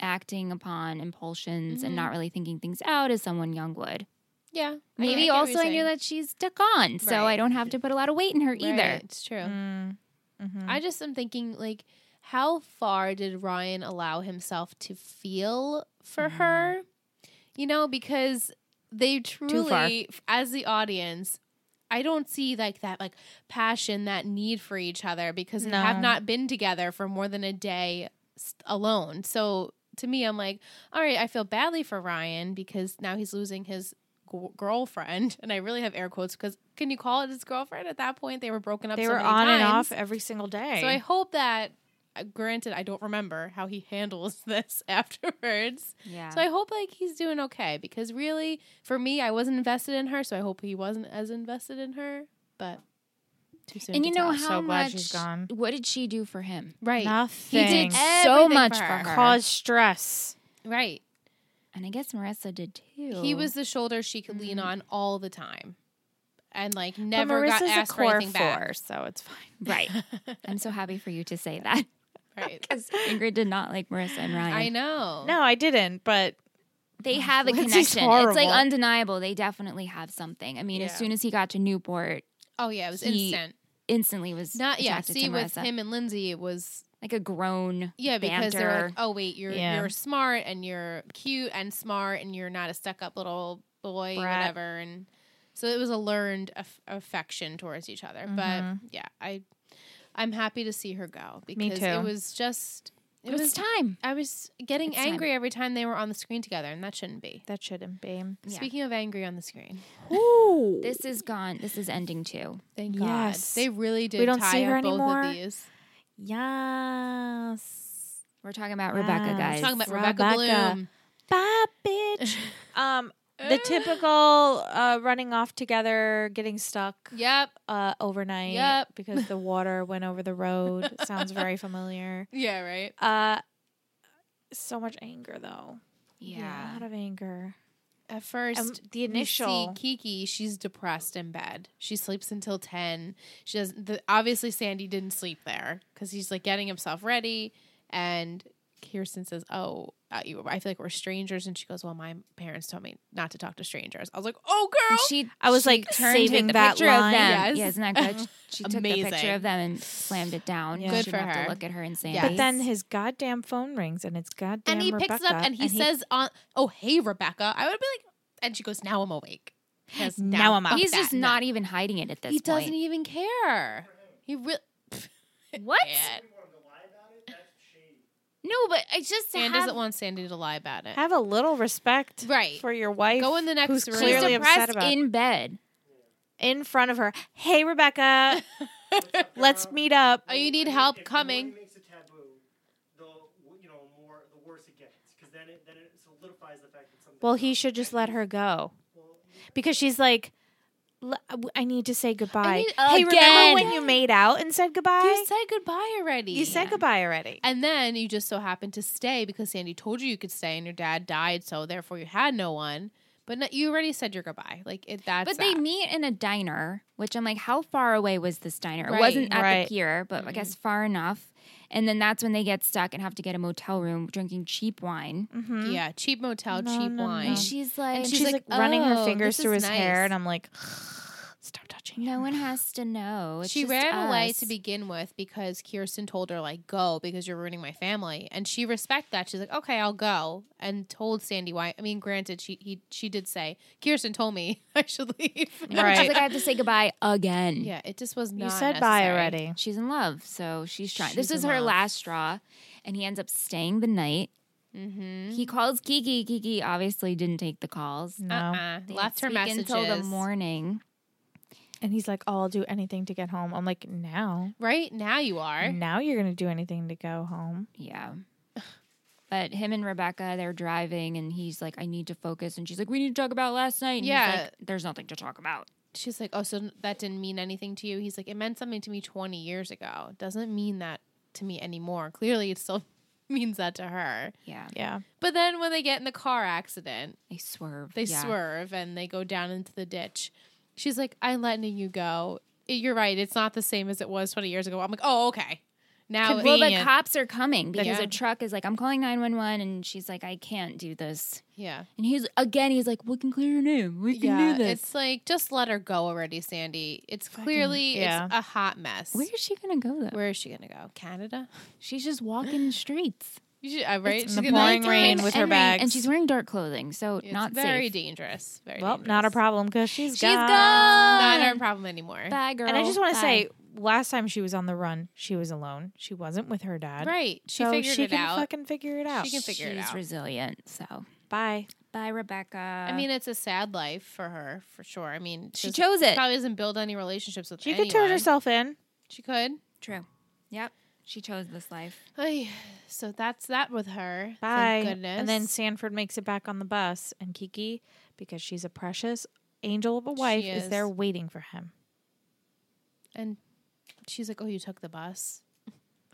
Speaker 5: acting upon impulsions
Speaker 4: Mm-hmm.
Speaker 5: and not really thinking things out as someone young would.
Speaker 1: yeah,
Speaker 5: Maybe also I knew that she's stuck on, so I
Speaker 1: Right.
Speaker 5: don't have to put a lot of weight in her either. Mm-hmm.
Speaker 1: It's true.
Speaker 4: Mm, mhm.
Speaker 1: I just am thinking like, how far did Ryan allow himself to feel for
Speaker 5: Mm-hmm.
Speaker 1: her? You know, because they
Speaker 4: far.
Speaker 1: truly, f- as the audience. I don't see like that like passion, that need for each other because they have
Speaker 4: No.
Speaker 1: not been together for more than a day s- alone. So to me, I'm like, all right, I feel badly for Ryan because now he's losing his g- girlfriend, and I really have air quotes because can you call it his girlfriend at that point? They were broken up.
Speaker 4: They
Speaker 1: so
Speaker 4: were
Speaker 1: many
Speaker 4: on and
Speaker 1: times.
Speaker 4: off eh? every single day.
Speaker 1: So I hope that, uh, granted, I don't remember how he handles this afterwards.
Speaker 5: Yeah.
Speaker 1: So I hope like he's doing okay because really, for me, I wasn't invested in her, so I hope he wasn't as invested in her. But too soon.
Speaker 5: and
Speaker 1: to
Speaker 5: you know
Speaker 1: tell.
Speaker 5: how
Speaker 4: tell. So glad
Speaker 5: much?
Speaker 4: she's gone.
Speaker 5: What did she do for him?
Speaker 1: right?
Speaker 4: Nothing.
Speaker 5: He did
Speaker 1: Everything
Speaker 5: so
Speaker 1: for
Speaker 5: much for
Speaker 1: her.
Speaker 5: her.
Speaker 4: cause stress.
Speaker 1: Right.
Speaker 5: and I guess Marissa did too.
Speaker 1: He was the shoulder she could
Speaker 4: Mm-hmm.
Speaker 1: lean on all the time, and like never got
Speaker 4: Marissa's
Speaker 1: asked for anything back.
Speaker 4: so it's fine.
Speaker 5: right. I'm so happy for you to say that.
Speaker 1: Right.
Speaker 5: Ingrid did not like Marissa and Ryan.
Speaker 1: I know.
Speaker 4: No, I didn't, but
Speaker 5: They have a
Speaker 4: Lindsay's
Speaker 5: connection. It's like
Speaker 4: horrible.
Speaker 5: undeniable. They definitely have something. I mean, as
Speaker 4: Yeah.
Speaker 5: soon as he got to Newport,
Speaker 1: Oh yeah, it was
Speaker 5: He-
Speaker 1: instant.
Speaker 5: instantly was
Speaker 1: Not yeah.
Speaker 5: attracted
Speaker 1: See,
Speaker 5: to
Speaker 1: with
Speaker 5: Marissa.
Speaker 1: him and Lindsay, it was
Speaker 5: like a grown
Speaker 1: Yeah, because they're
Speaker 5: banter.
Speaker 1: like, oh wait, you're
Speaker 4: Yeah.
Speaker 1: you're smart and you're cute and smart and you're not a stuck up little boy,
Speaker 4: Brat.
Speaker 1: whatever. And so it was a learned aff- affection towards each other. But yeah, I I'm happy to see her go because it
Speaker 4: Mm-hmm. too.
Speaker 1: was just
Speaker 5: It, was, time.
Speaker 1: I was getting
Speaker 5: It's time.
Speaker 1: angry every time they were on the screen together, and that shouldn't be.
Speaker 4: That shouldn't be.
Speaker 5: Yeah.
Speaker 1: Speaking of angry on the screen,
Speaker 4: Ooh.
Speaker 5: This is gone. This is ending too.
Speaker 1: thank
Speaker 4: Yes.
Speaker 1: God they really did.
Speaker 4: We don't
Speaker 1: tie
Speaker 4: see her
Speaker 1: up both
Speaker 4: anymore.
Speaker 1: of these.
Speaker 4: yes.
Speaker 5: We're talking about Rebecca,
Speaker 4: Yes.
Speaker 5: guys.
Speaker 1: Talking about Rebecca,
Speaker 4: Rebecca.
Speaker 1: Bloom.
Speaker 4: Bye, bitch. um, the typical uh, running off together, getting stuck
Speaker 1: Yep.
Speaker 4: uh, overnight
Speaker 1: Yep.
Speaker 4: because the water went over the road. Sounds very familiar.
Speaker 1: Yeah. Right.
Speaker 4: Uh, so much anger though. a
Speaker 5: yeah.
Speaker 4: lot of anger.
Speaker 1: At first,
Speaker 4: And
Speaker 1: Um, you see
Speaker 4: the initial.
Speaker 1: Kiki, she's depressed in bed. She sleeps until ten. She doesn't. The, obviously, Sandy didn't sleep there because he's like getting himself ready. And Kirsten says, "Oh, uh, you, I feel like we're strangers." And she goes, "Well, my parents told me not to talk to strangers." I was like, "Oh, girl,
Speaker 5: She,
Speaker 4: I was,
Speaker 5: she
Speaker 4: like,
Speaker 5: turned
Speaker 4: saving
Speaker 5: it- the
Speaker 4: that
Speaker 5: picture
Speaker 4: line.
Speaker 5: Of them.
Speaker 1: Yes.
Speaker 5: Yeah, isn't that good? She took the
Speaker 1: Amazing.
Speaker 5: picture of them and slammed it down.
Speaker 4: Yeah.
Speaker 5: She
Speaker 1: Good
Speaker 5: didn't
Speaker 1: for
Speaker 5: have
Speaker 1: her.
Speaker 5: To look at her and say,
Speaker 1: But
Speaker 4: But then his goddamn phone rings and it's goddamn
Speaker 1: and he picks it up
Speaker 4: Rebecca,
Speaker 1: and he says, "On oh hey Rebecca," I would have been like, and she goes, "Now I'm awake." Because
Speaker 4: Now I'm up.
Speaker 1: fuck
Speaker 5: he's
Speaker 1: Oh, that.
Speaker 5: just
Speaker 1: No.
Speaker 5: not even hiding it at this
Speaker 1: He
Speaker 5: point.
Speaker 1: doesn't even care. He really.
Speaker 5: What?
Speaker 4: e-
Speaker 5: No, but I just
Speaker 1: Sand
Speaker 5: have,
Speaker 1: doesn't want Sandy to lie about it.
Speaker 4: have a little respect
Speaker 1: Right.
Speaker 4: for your wife.
Speaker 1: Go in the next
Speaker 4: who's
Speaker 1: room.
Speaker 5: She's
Speaker 4: clearly
Speaker 5: depressed
Speaker 4: upset about
Speaker 5: in bed.
Speaker 4: in front of her. Hey, Rebecca, let's meet up.
Speaker 1: Oh, you need help coming.
Speaker 6: If the more he makes it taboo, the w- you know more the worse it gets because then it then it solidifies the fact that something.
Speaker 4: Well, he should just let her go because she's like, "L- I need to say goodbye.
Speaker 1: need-
Speaker 4: hey,
Speaker 5: Again.
Speaker 4: remember when you made out and said
Speaker 1: You
Speaker 4: goodbye?
Speaker 1: said goodbye already.
Speaker 4: You said goodbye already.
Speaker 1: And then you just so happened to stay because Sandy told you you could stay, and your dad died, so therefore you had no one. But no, you already said your goodbye. Like it, that's
Speaker 5: But they
Speaker 1: that.
Speaker 5: meet in a diner, which I'm like, how far away was this diner?
Speaker 1: Right.
Speaker 5: it wasn't at
Speaker 4: Right.
Speaker 5: the pier, but I
Speaker 4: Mm-hmm.
Speaker 5: guess far enough. And then that's when they get stuck and have to get a motel room drinking cheap wine.
Speaker 4: Mhm.
Speaker 1: yeah, cheap motel,
Speaker 4: No,
Speaker 1: cheap
Speaker 4: no,
Speaker 1: wine.
Speaker 4: no.
Speaker 5: And she's like,
Speaker 1: And
Speaker 4: She's,
Speaker 1: she's
Speaker 4: like,
Speaker 1: like,
Speaker 4: running her
Speaker 1: "Oh,
Speaker 4: fingers
Speaker 1: this
Speaker 4: through his
Speaker 1: is
Speaker 4: hair,
Speaker 1: nice."
Speaker 4: and I'm like, stop touching
Speaker 5: no
Speaker 4: him.
Speaker 5: one has to know. It's
Speaker 1: she
Speaker 5: just
Speaker 1: ran away
Speaker 5: us.
Speaker 1: to begin with because Kirsten told her like go because you're ruining my family, and she respect that. She's like, okay, I'll go, and told Sandy why. I mean, granted, she he, she did say Kirsten told me I should leave.
Speaker 5: And She's
Speaker 4: Right.
Speaker 5: like, I have to say goodbye again.
Speaker 1: yeah, it just was not.
Speaker 4: You said bye
Speaker 1: necessary.
Speaker 4: already.
Speaker 5: She's in love, so she's trying. this
Speaker 1: She's
Speaker 5: is
Speaker 1: in
Speaker 5: her
Speaker 1: love.
Speaker 5: last straw, and he ends up staying the night.
Speaker 1: Mm-hmm.
Speaker 5: He calls Kiki. Kiki obviously didn't take the calls.
Speaker 4: No.
Speaker 1: Uh-uh.
Speaker 5: They
Speaker 1: Left her
Speaker 5: speak
Speaker 1: messages
Speaker 5: until the morning.
Speaker 4: And he's like, oh, I'll do anything to get home. I'm like, now.
Speaker 1: Right now, you are.
Speaker 4: Now you're going to do anything to go home.
Speaker 5: Yeah. But him and Rebecca, they're driving, and he's like, "I need to focus," and she's like, "We need to talk about last night." And he's
Speaker 1: Yeah.
Speaker 5: like, there's nothing to talk about.
Speaker 1: She's like, oh, so that didn't mean anything to you. He's like, it meant something to me 20 years ago. It doesn't mean that to me anymore. Clearly, it still means that to her.
Speaker 5: Yeah,
Speaker 4: Yeah.
Speaker 1: But then when they get in the car accident,
Speaker 5: they swerve.
Speaker 1: they
Speaker 5: yeah.
Speaker 1: swerve and they go down into the ditch. She's like, I'm letting you go. You're right. It's not the same as it was 20 years ago. I'm like, oh, okay. Now,
Speaker 5: Well, the
Speaker 1: Convenient.
Speaker 5: cops are coming because
Speaker 1: Yeah.
Speaker 5: a truck is like, "I'm calling 911," and she's like, "I can't do this."
Speaker 1: yeah.
Speaker 5: And he's again, he's like, "We can clear your name. We can
Speaker 1: Yeah.
Speaker 5: do this."
Speaker 1: It's like, just let her go already, Sandy. It's clearly
Speaker 4: yeah.
Speaker 1: it's a hot mess.
Speaker 5: Where is she gonna go though?
Speaker 1: Where is she going to go? Canada?
Speaker 5: She's just walking the streets.
Speaker 1: You should, uh, right?
Speaker 4: in the
Speaker 1: gonna-
Speaker 4: pouring
Speaker 1: Nighttime.
Speaker 4: rain with her
Speaker 5: and
Speaker 4: bags.
Speaker 5: and she's wearing dark clothing, so
Speaker 1: It's
Speaker 5: not
Speaker 1: very
Speaker 5: safe.
Speaker 1: dangerous. Very
Speaker 4: Well,
Speaker 1: dangerous.
Speaker 4: not a problem because she's,
Speaker 5: She's
Speaker 4: gone.
Speaker 1: Not
Speaker 5: gone.
Speaker 1: our problem anymore.
Speaker 5: Bye, girl.
Speaker 4: And I just want
Speaker 5: Bye.
Speaker 4: to say, last time she was on the run, she was alone. She wasn't with her dad.
Speaker 1: right? She
Speaker 4: so
Speaker 1: figured
Speaker 4: she
Speaker 1: it
Speaker 4: can
Speaker 1: out.
Speaker 4: fucking figure it out.
Speaker 1: She can figure it
Speaker 5: she's
Speaker 1: out.
Speaker 5: resilient. So
Speaker 4: Bye.
Speaker 5: bye, Rebecca.
Speaker 1: I mean, it's a sad life for her, for sure. I mean,
Speaker 5: She
Speaker 1: doesn't-
Speaker 5: chose it.
Speaker 1: Probably doesn't build any relationships with.
Speaker 4: She could turn
Speaker 1: anyone.
Speaker 4: herself in.
Speaker 1: She could.
Speaker 5: true. Yep, she chose this life.
Speaker 1: Ay, so that's that with her. Thank
Speaker 4: Bye.
Speaker 1: goodness.
Speaker 4: And then Sanford makes it back on the bus, and Kiki, because she's a precious angel of a wife,
Speaker 1: She
Speaker 4: is. there
Speaker 1: is.
Speaker 4: waiting for him.
Speaker 1: and she's like, "Oh, you took the bus."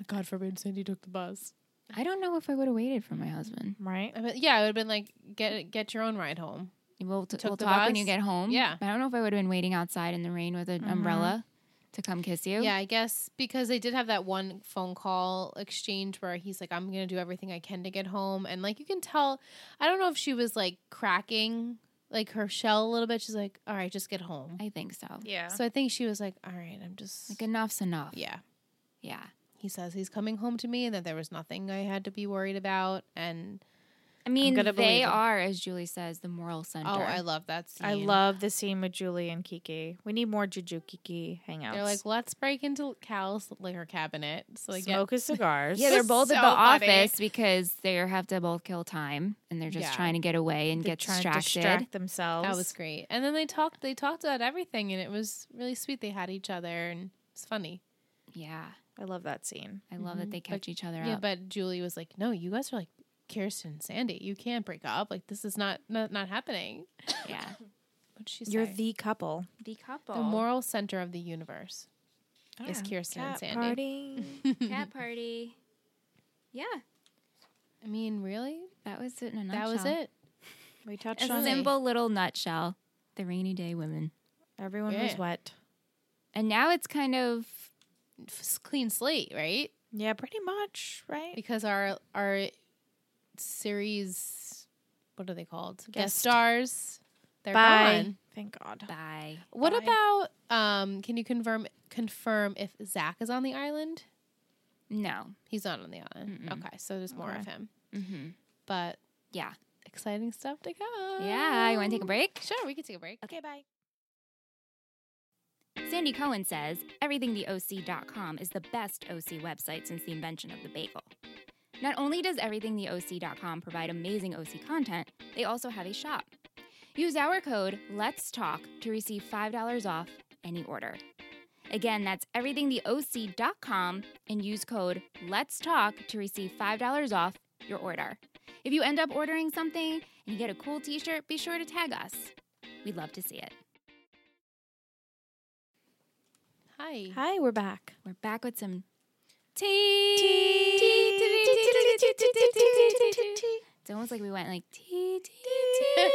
Speaker 1: God forbid Sandy took the bus.
Speaker 5: I don't know if I would have waited for my husband.
Speaker 4: Right?
Speaker 1: I mean, yeah, I would have been like, "Get get your own ride home."
Speaker 5: We'll, t-
Speaker 1: Took
Speaker 5: we'll
Speaker 1: the
Speaker 5: talk when
Speaker 1: bus?
Speaker 5: you get home.
Speaker 1: Yeah.
Speaker 5: but I don't know if I would have been waiting outside in the rain with an umbrella to come kiss you.
Speaker 1: Yeah, I guess because they did have that one phone call exchange where he's like, I'm going to do everything I can to get home. And like, you can tell, I don't know if she was like cracking like her shell a little bit. She's like, all right, just get home.
Speaker 5: I think so.
Speaker 4: Yeah.
Speaker 1: So I think she was like, all right, I'm just.
Speaker 5: Like enough's enough.
Speaker 1: yeah.
Speaker 5: yeah.
Speaker 1: He says he's coming home to me and that there was nothing I had to be worried about. And
Speaker 5: I mean,
Speaker 4: gonna
Speaker 5: they
Speaker 4: believe it.
Speaker 5: are, as Julie says, the moral center.
Speaker 1: Oh, I love that scene.
Speaker 4: I love the scene with Julie and Kiki. We need more Juju Kiki hangouts.
Speaker 1: They're like, let's break into Cal's liquor cabinet. So they get
Speaker 4: smoke his cigars.
Speaker 5: yeah, they're both
Speaker 1: so
Speaker 5: at the
Speaker 1: funny.
Speaker 5: office because they have to both kill time, and they're just
Speaker 1: Yeah.
Speaker 5: trying to get away and
Speaker 4: They're
Speaker 5: get
Speaker 4: trying
Speaker 5: distracted.
Speaker 4: to distract themselves.
Speaker 1: That was great. And then they talked they talked about everything and it was really sweet. They had each other and it's funny.
Speaker 5: Yeah,
Speaker 4: I love that scene.
Speaker 5: I love that they catch each other
Speaker 1: Yeah, Mm-hmm.
Speaker 5: up.
Speaker 1: but Julie was like, No, you guys are like Kirsten and Sandy. You can't break up. Like this is not not, not happening.
Speaker 5: yeah,
Speaker 1: What'd she
Speaker 4: You're
Speaker 1: say?
Speaker 4: the couple.
Speaker 5: the couple,
Speaker 1: the moral center of the universe. Is Kirsten and Sandy.
Speaker 4: Party.
Speaker 5: cat party. Yeah,
Speaker 1: I mean, really?
Speaker 5: that was it. In a
Speaker 1: That was
Speaker 5: nutshell.
Speaker 1: it.
Speaker 4: We touched
Speaker 5: A
Speaker 4: on
Speaker 1: Really?
Speaker 5: simple little nutshell. The rainy day women,
Speaker 4: everyone was
Speaker 1: Yeah.
Speaker 4: wet.
Speaker 5: and now it's kind of
Speaker 1: F- clean slate, right?
Speaker 4: Yeah, pretty much, right?
Speaker 1: Because our our series what are they called? Guest,
Speaker 4: Guest.
Speaker 1: stars. They're
Speaker 4: Bye.
Speaker 1: gone.
Speaker 4: Thank God.
Speaker 5: bye.
Speaker 1: What
Speaker 4: Bye.
Speaker 1: about um can you confirm confirm if Zach is on the island?
Speaker 5: No, Mm-hmm.
Speaker 1: He's not on the island. Okay, so there's more of him. But
Speaker 5: yeah,
Speaker 1: exciting stuff to come.
Speaker 5: yeah. You want to take a break?
Speaker 1: Sure, we could take a break.
Speaker 4: Okay, bye.
Speaker 5: Sandy Cohen says everythingtheoc.com is the best OC website since the invention of the bagel. Not only does everythingtheoc.com provide amazing OC content, they also have a shop. Use our code Let's Talk to receive $5 off any order. Again, that's everythingtheoc.com and use code Let's Talk to receive $5 off your order. If you end up ordering something and you get a cool t shirt, be sure to tag us. We'd love to see it.
Speaker 1: Hi.
Speaker 4: Hi, we're back.
Speaker 5: We're back with some It's almost like we went like tee, tee, tee.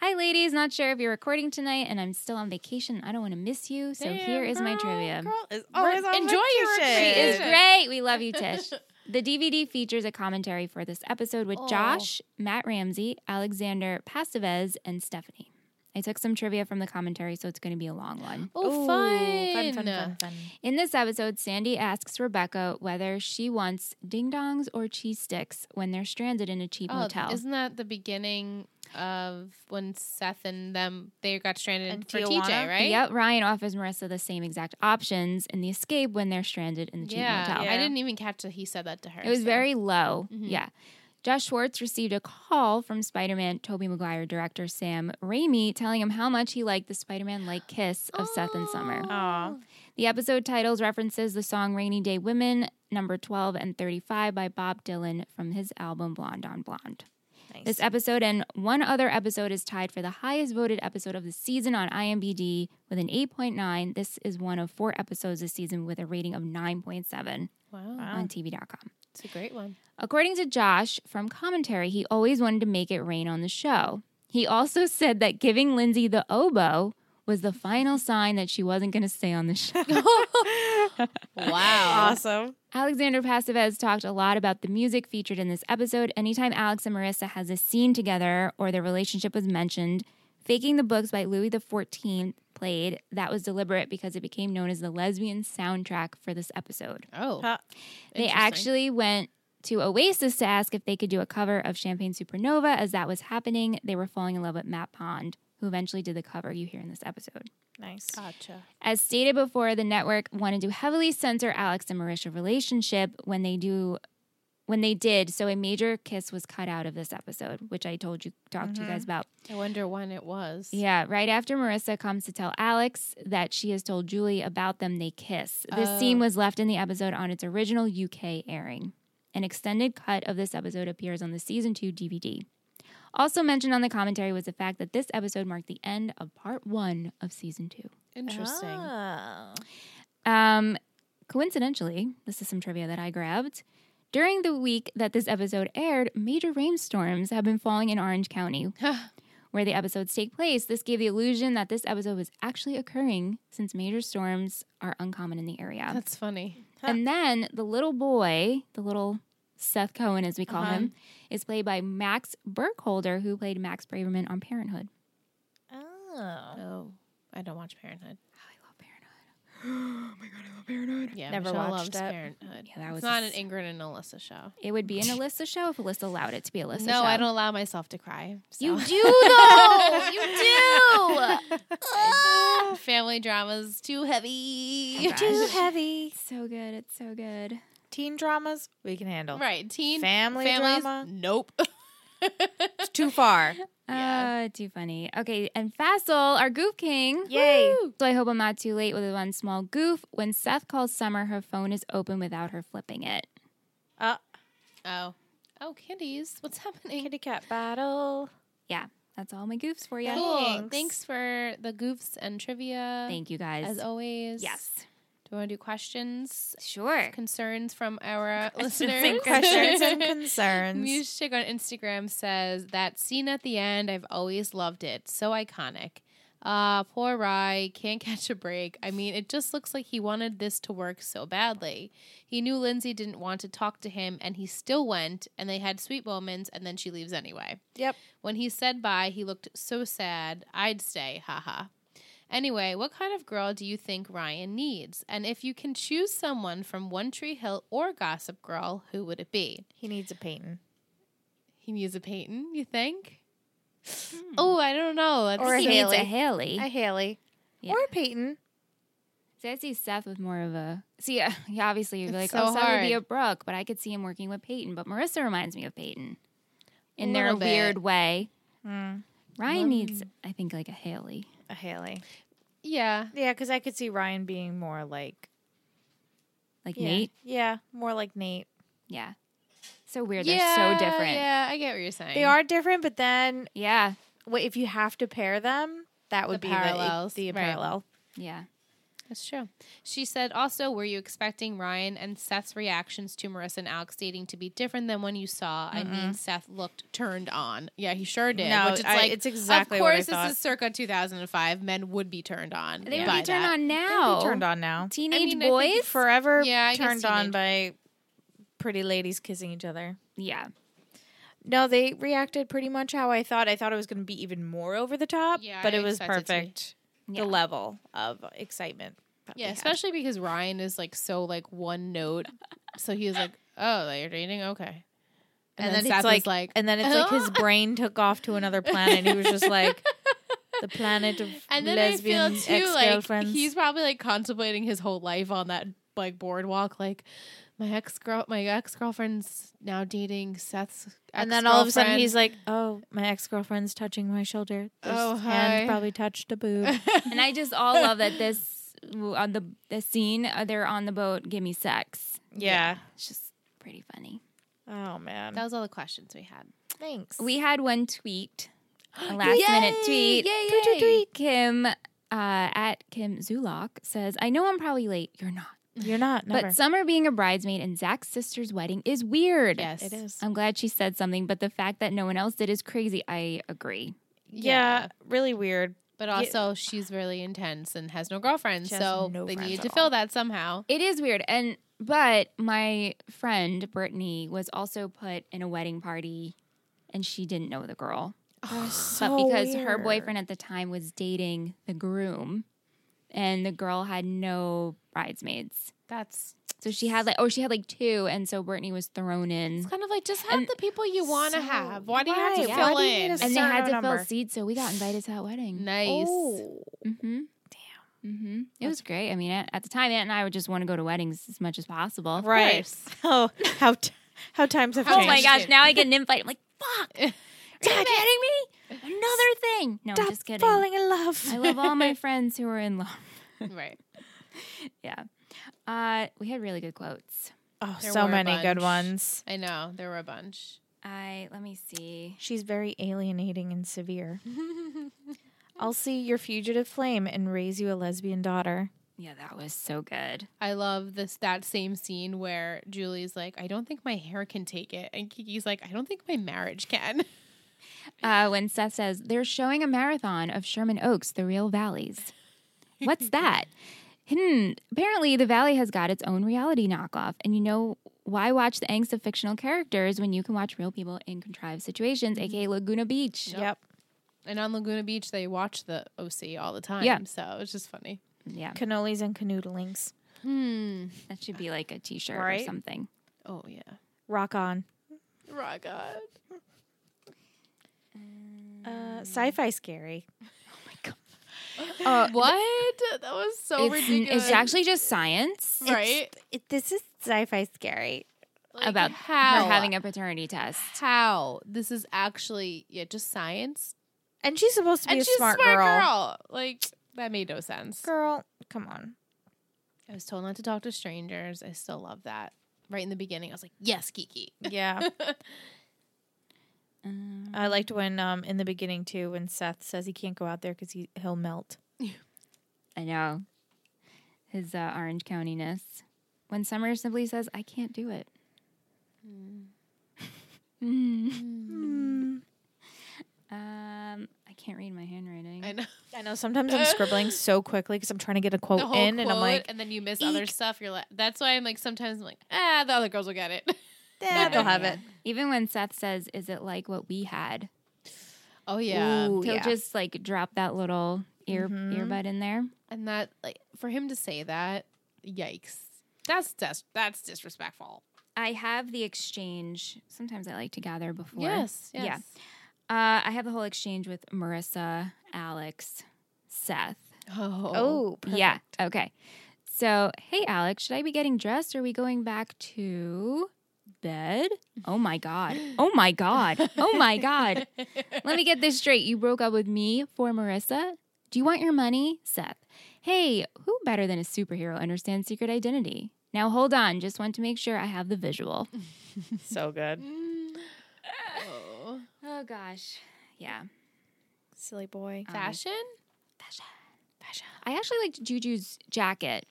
Speaker 5: Hi, ladies. Not sure if you're recording tonight, and I'm still on vacation. I don't want to miss you, so here is my trivia.
Speaker 4: Oh,
Speaker 1: Enjoy your
Speaker 5: She
Speaker 1: retreat.
Speaker 5: is great. We love you, Tish. The DVD features a commentary for this episode with
Speaker 1: Oh.
Speaker 5: Josh, Matt Ramsey, Alexander Pastavez, and Stephanie. I took some trivia from the commentary, so it's going to be a long one.
Speaker 1: Oh,
Speaker 4: Ooh,
Speaker 1: fun.
Speaker 4: Fun, fun, fun, fun.
Speaker 5: In this episode, Sandy asks Rebecca whether she wants ding dongs or cheese sticks when they're stranded in a cheap
Speaker 1: Oh,
Speaker 5: motel.
Speaker 1: isn't that the beginning of when Seth and them they got stranded
Speaker 4: And
Speaker 1: for
Speaker 4: Tijuana?
Speaker 1: TJ, right?
Speaker 5: Yep, Ryan offers Marissa the same exact options in the escape when they're stranded in the cheap
Speaker 1: Yeah.
Speaker 5: motel.
Speaker 1: I didn't even catch that he said that to her.
Speaker 5: It was
Speaker 1: so- Mm-hmm.
Speaker 5: very low. Yeah. Josh Schwartz received a call from Spider Man Toby Maguire director Sam Raimi telling him how much he liked the Spider Man like kiss of Seth and Summer.
Speaker 1: Oh.
Speaker 4: Aw.
Speaker 5: The episode titles references the song Rainy Day Women, number 12 and 35 by Bob Dylan from his album Blonde on Blonde.
Speaker 4: Nice.
Speaker 5: This episode and one other episode is tied for the highest voted episode of the season on IMDb with an 8.9. This is one of four episodes this season with a rating of 9.7
Speaker 1: Wow.
Speaker 5: on TV.com.
Speaker 1: It's a great one.
Speaker 5: According to Josh from commentary, he always wanted to make it rain on the show. He also said that giving Lindsay the oboe was the final sign that she wasn't going to stay on the show.
Speaker 1: Wow.
Speaker 4: awesome.
Speaker 5: Alexander Passavez talked a lot about the music featured in this episode. Anytime Alex and Marissa has a scene together or their relationship was mentioned, Faking the Books by Louis XIV played. That was deliberate because it became known as the lesbian soundtrack for this episode.
Speaker 1: Oh.
Speaker 4: Huh.
Speaker 5: They
Speaker 1: Interesting.
Speaker 5: actually went to Oasis to ask if they could do a cover of Champagne Supernova. As that was happening, they were falling in love with Matt Pond, who eventually did the cover you hear in this episode.
Speaker 4: Nice.
Speaker 1: Gotcha.
Speaker 5: As stated before, the network wanted to heavily censor Alex and Marisha's relationship when they do when they did, so a major kiss was cut out of this episode, which I told you talked to you guys about.
Speaker 1: I wonder when it was.
Speaker 5: Yeah, right after Marissa comes to tell Alex that she has told Julie about them, they kiss. This
Speaker 1: Oh.
Speaker 5: scene was left in the episode on its original UK airing. An extended cut of this episode appears on the season two DVD. Also mentioned on the commentary was the fact that this episode marked the end of part one of season two.
Speaker 1: Interesting.
Speaker 4: Oh.
Speaker 5: Um, coincidentally, this is some trivia that I grabbed. During the week that this episode aired, major rainstorms have been falling in Orange County, where the episodes take place. This gave the illusion that this episode was actually occurring since major storms are uncommon in the area.
Speaker 1: That's funny.
Speaker 5: And then the little boy, the little Seth Cohen, as we call him, is played by Max Burkholder, who played Max Braverman on Parenthood.
Speaker 4: Oh.
Speaker 1: Oh, I don't watch Parenthood.
Speaker 5: I love Parenthood.
Speaker 1: Yeah,
Speaker 4: Never
Speaker 1: Michelle
Speaker 4: watched
Speaker 1: loves
Speaker 4: it.
Speaker 1: Parenthood.
Speaker 5: Yeah, that was
Speaker 1: it's
Speaker 5: a
Speaker 1: not an
Speaker 5: s-
Speaker 1: Ingrid and Alyssa show.
Speaker 5: It would be an Alyssa show if Alyssa allowed it to be Alyssa show.
Speaker 1: no, I don't allow myself to cry. so.
Speaker 5: You do though. you do.
Speaker 1: Family drama's too heavy.
Speaker 5: gosh.
Speaker 4: Too heavy.
Speaker 5: so good. It's so good.
Speaker 4: Teen dramas we can handle.
Speaker 1: Right, teen
Speaker 4: Family
Speaker 1: families,
Speaker 4: drama?
Speaker 1: Nope.
Speaker 4: It's too far.
Speaker 1: Yeah.
Speaker 5: Uh, too funny. Okay, and Fassel, our goof king.
Speaker 4: Yay.
Speaker 5: Woo! So I hope I'm not too late with one small goof. When Seth calls Summer, her phone is open without her flipping it.
Speaker 4: Uh,
Speaker 1: oh, oh, kitties, what's happening?
Speaker 4: kitty cat battle.
Speaker 5: Yeah, that's all my goofs for you.
Speaker 1: Cool.
Speaker 4: Thanks.
Speaker 1: Thanks. for the goofs and trivia.
Speaker 5: Thank you guys.
Speaker 1: As always.
Speaker 5: Yes.
Speaker 1: Do you want to do questions,
Speaker 5: Sure.
Speaker 1: concerns from our
Speaker 5: and
Speaker 1: listeners?
Speaker 4: Questions and concerns.
Speaker 1: Music on Instagram says that scene at the end. I've always loved it. So iconic. Uh, poor Rye can't catch a break. I mean, it just looks like he wanted this to work so badly. He knew Lindsay didn't want to talk to him, and he still went. And they had sweet moments, and then she leaves anyway.
Speaker 4: Yep.
Speaker 1: When he said bye, he looked so sad. I'd stay, haha. Anyway, what kind of girl do you think Ryan needs? And if you can choose someone from One Tree Hill or Gossip Girl, who would it be?
Speaker 4: He needs a painting.
Speaker 1: He needs a Peyton, you think? Oh, I don't know. That's-
Speaker 4: Hmm. Or a
Speaker 5: he needs a
Speaker 4: Haley.
Speaker 5: Haley.
Speaker 4: A Haley.
Speaker 5: Yeah.
Speaker 4: Or a Peyton.
Speaker 5: see, I see Seth with more of a. See, uh, yeah, obviously you'd be like,
Speaker 1: It's
Speaker 5: oh,
Speaker 1: so
Speaker 5: Seth would be a
Speaker 1: hard.
Speaker 5: Brooke, but I could see him working with Peyton. But Marissa reminds me of Peyton in
Speaker 1: A
Speaker 5: their
Speaker 1: little bit. Hmm.
Speaker 5: weird way.
Speaker 4: Mm,
Speaker 5: Ryan needs, I think, like a Haley.
Speaker 4: a Haley.
Speaker 1: yeah.
Speaker 4: Yeah, because I could see Ryan being more like
Speaker 5: Like
Speaker 4: yeah.
Speaker 5: Nate.
Speaker 4: Yeah, more like Nate.
Speaker 5: Yeah. So weird. They're
Speaker 1: yeah,
Speaker 5: so different.
Speaker 1: Yeah, I get what you're saying.
Speaker 4: They are different, but then
Speaker 5: Yeah.
Speaker 4: wh- if you have to pair them, that would
Speaker 1: The
Speaker 4: be the-
Speaker 1: parallels,
Speaker 4: the,
Speaker 1: right.
Speaker 4: parallel.
Speaker 5: Yeah.
Speaker 1: That's true. She said also, were you expecting Ryan and Seth's reactions to Marissa and Alex dating to be different than when you saw? I mean, Seth looked turned on. Yeah, he sure did.
Speaker 4: No,
Speaker 1: which it's
Speaker 4: I-
Speaker 1: like,
Speaker 4: it's exactly
Speaker 1: Of
Speaker 4: what I
Speaker 1: course,
Speaker 4: thought.
Speaker 1: this is circa 2005. Men would be turned on.
Speaker 5: They would
Speaker 1: by
Speaker 5: be turned
Speaker 1: that.
Speaker 5: on
Speaker 4: They'd
Speaker 5: now.
Speaker 4: be turned on now.
Speaker 5: Teenage
Speaker 1: mean, I
Speaker 5: boys?
Speaker 1: think
Speaker 4: Forever
Speaker 1: Yeah, I guess
Speaker 4: turned on by pretty ladies kissing each other.
Speaker 5: yeah.
Speaker 4: No, they reacted pretty much how I thought. I thought it was going to be even more over the top,
Speaker 1: Yeah,
Speaker 4: but
Speaker 1: I
Speaker 4: it was
Speaker 1: expected it to be.
Speaker 4: perfect.
Speaker 5: Yeah.
Speaker 4: The level of excitement. that
Speaker 1: Yeah,
Speaker 4: we had.
Speaker 1: especially because Ryan is like so like one note. So he was like, "Oh, they're dating, okay." And, then, Seth
Speaker 4: it's like,
Speaker 1: was like,
Speaker 4: and then it's like his brain took off to another planet. He was just like the planet of
Speaker 1: and then I
Speaker 4: lesbian
Speaker 1: feel too like
Speaker 4: ex-girlfriends.
Speaker 1: he's probably like contemplating his whole life on that like boardwalk, like my ex girl, my ex girlfriend's now dating Seth's,
Speaker 4: and then all of a sudden he's like, "Oh, my ex girlfriend's touching my shoulder. This
Speaker 1: Oh, hi."
Speaker 4: hand probably touched a boob."
Speaker 5: And I just all love that this on the the scene uh, they're on the boat. Give me sex.
Speaker 4: yeah.
Speaker 5: It's just pretty funny.
Speaker 4: Oh man.
Speaker 1: "That was all the questions we had."
Speaker 4: Thanks.
Speaker 5: We had one tweet, a last minute tweet.
Speaker 1: Yay,
Speaker 5: Tweet, tweet,
Speaker 1: yay.
Speaker 5: tweet. Kim uh, at Kim Zulok says, "I know I'm probably late. You're not,
Speaker 4: You're not. Never.
Speaker 5: but Summer being a bridesmaid in Zach's sister's wedding is weird.
Speaker 1: Yes,
Speaker 4: it is.
Speaker 5: I'm glad she said something, but the fact that no one else did is crazy. I agree.
Speaker 4: yeah,
Speaker 1: yeah.
Speaker 4: Really weird.
Speaker 1: But also, she's really intense and has no girlfriends,
Speaker 4: She has
Speaker 1: so
Speaker 4: no
Speaker 1: they
Speaker 4: friends
Speaker 1: needed
Speaker 4: at
Speaker 1: to
Speaker 4: all.
Speaker 1: fill that somehow.
Speaker 5: It is weird. And but my friend Brittany was also put in a wedding party and she didn't know the girl. but because her boyfriend at the time was dating the groom and the girl had no bridesmaids.
Speaker 1: That's
Speaker 5: So she had like oh she had like two and so Brittany was thrown in.
Speaker 1: it's kind of like just have the people you want to
Speaker 4: So-
Speaker 1: have. Why do you have to
Speaker 4: Right,
Speaker 5: yeah.
Speaker 1: fill
Speaker 4: Why do you
Speaker 1: in?
Speaker 4: need a
Speaker 5: And they had to
Speaker 4: Certain number.
Speaker 5: fill seats, so we got invited to that wedding.
Speaker 1: nice.
Speaker 4: Oh.
Speaker 5: Mm-hmm. Damn. Mm-hmm. It was great. I mean, at, at the time, Aunt and I would just want to go to weddings as much as possible.
Speaker 4: right?
Speaker 1: course.
Speaker 4: Oh, how t- how times have
Speaker 1: How
Speaker 5: Oh
Speaker 4: changed.
Speaker 5: my
Speaker 1: Change
Speaker 5: gosh!
Speaker 1: it.
Speaker 5: Now I get an invite. I'm like, fuck. Are you kidding me? Another thing. No, I'm
Speaker 4: Stop
Speaker 5: just kidding.
Speaker 4: falling in love.
Speaker 5: I love all my friends who are in love.
Speaker 1: Right.
Speaker 5: Yeah. Uh, we had really good quotes.
Speaker 4: Oh,
Speaker 1: There
Speaker 4: so
Speaker 1: were a
Speaker 4: many good
Speaker 1: bunch.
Speaker 4: ones.
Speaker 1: I know. There were a bunch.
Speaker 5: I let me see.
Speaker 4: She's very alienating and severe. I'll see your fugitive flame and raise you a lesbian daughter.
Speaker 5: Yeah, that was so good.
Speaker 1: I love this that same scene where Julie's like, I don't think my hair can take it. And Kiki's like, I don't think my marriage can.
Speaker 5: Uh, when Seth says they're showing a marathon of Sherman Oaks, the real valleys. What's that? hmm. Apparently, the valley has got its own reality knockoff, and you know why watch the angst of fictional characters when you can watch real people in contrived situations,
Speaker 1: Mm-hmm.
Speaker 5: aka Laguna Beach.
Speaker 4: Yep.
Speaker 1: And on Laguna Beach, they watch the OC all the time.
Speaker 5: Yeah.
Speaker 1: So it's just funny.
Speaker 5: Yeah,
Speaker 4: Cannolis and canoodlings.
Speaker 1: Hmm.
Speaker 5: that should be like a T-shirt or
Speaker 4: Right?
Speaker 5: something.
Speaker 1: Oh yeah.
Speaker 4: Rock on.
Speaker 1: Rock Oh God.
Speaker 4: Uh, sci-fi scary.
Speaker 5: Oh,
Speaker 1: What? That was so
Speaker 5: it's,
Speaker 1: ridiculous.
Speaker 5: it's actually just science
Speaker 1: right
Speaker 4: It, this is sci-fi scary.
Speaker 1: Like,
Speaker 5: about
Speaker 1: how
Speaker 5: her having a paternity test.
Speaker 1: how this is actually yeah just science
Speaker 4: And she's supposed to be
Speaker 1: and
Speaker 4: a
Speaker 1: she's
Speaker 4: smart,
Speaker 1: girl.
Speaker 4: girl.
Speaker 1: Like that made no sense.
Speaker 4: Girl, come on.
Speaker 1: I was told not to talk to strangers. I still love that. Right in the beginning, I was like, yes, Kiki.
Speaker 4: Yeah,
Speaker 1: Uh,
Speaker 5: Um,
Speaker 4: I liked when um in the beginning too when Seth says he can't go out there because he he'll melt.
Speaker 5: I know his uh, Orange Countyness. When Summer simply says, "I can't do it." Mm. um, I can't read my handwriting.
Speaker 1: I know
Speaker 4: I know sometimes I'm scribbling so quickly because I'm trying to get a quote
Speaker 1: the whole
Speaker 4: in,
Speaker 1: quote,
Speaker 4: and I'm like,
Speaker 1: and then you miss other stuff. You're like, that's why I'm like, sometimes I'm like, ah, the other girls will get it.
Speaker 4: eh, they'll have it.
Speaker 5: Even when Seth says, "Is it like what we had?"
Speaker 1: Oh yeah,
Speaker 4: Ooh,
Speaker 5: He'll
Speaker 4: yeah.
Speaker 5: just like drop that little ear
Speaker 4: Mhm.
Speaker 5: earbud in there.
Speaker 1: and that like for him to say that, yikes. That's dis- that's disrespectful.
Speaker 5: I have the exchange. Sometimes I like to gather before.
Speaker 1: Yes,
Speaker 5: Yeah.
Speaker 1: yes.
Speaker 5: Uh, I have the whole exchange with Marissa, Alex, Seth.
Speaker 1: Oh,
Speaker 4: Oh, perfect.
Speaker 5: Yeah. Okay. So, hey, Alex, should I be getting dressed? Or are we going back to bed? Oh my God. Oh my God. Oh my God. Let me get this straight. You broke up with me for Marissa? Do you want your money? Seth. Hey, who better than a superhero understands secret identity? Now, hold on. Just want to make sure I have the visual.
Speaker 4: so good.
Speaker 1: Mm. oh.
Speaker 5: Oh, gosh. Yeah.
Speaker 4: Silly boy.
Speaker 1: Fashion?
Speaker 5: I actually liked Juju's jacket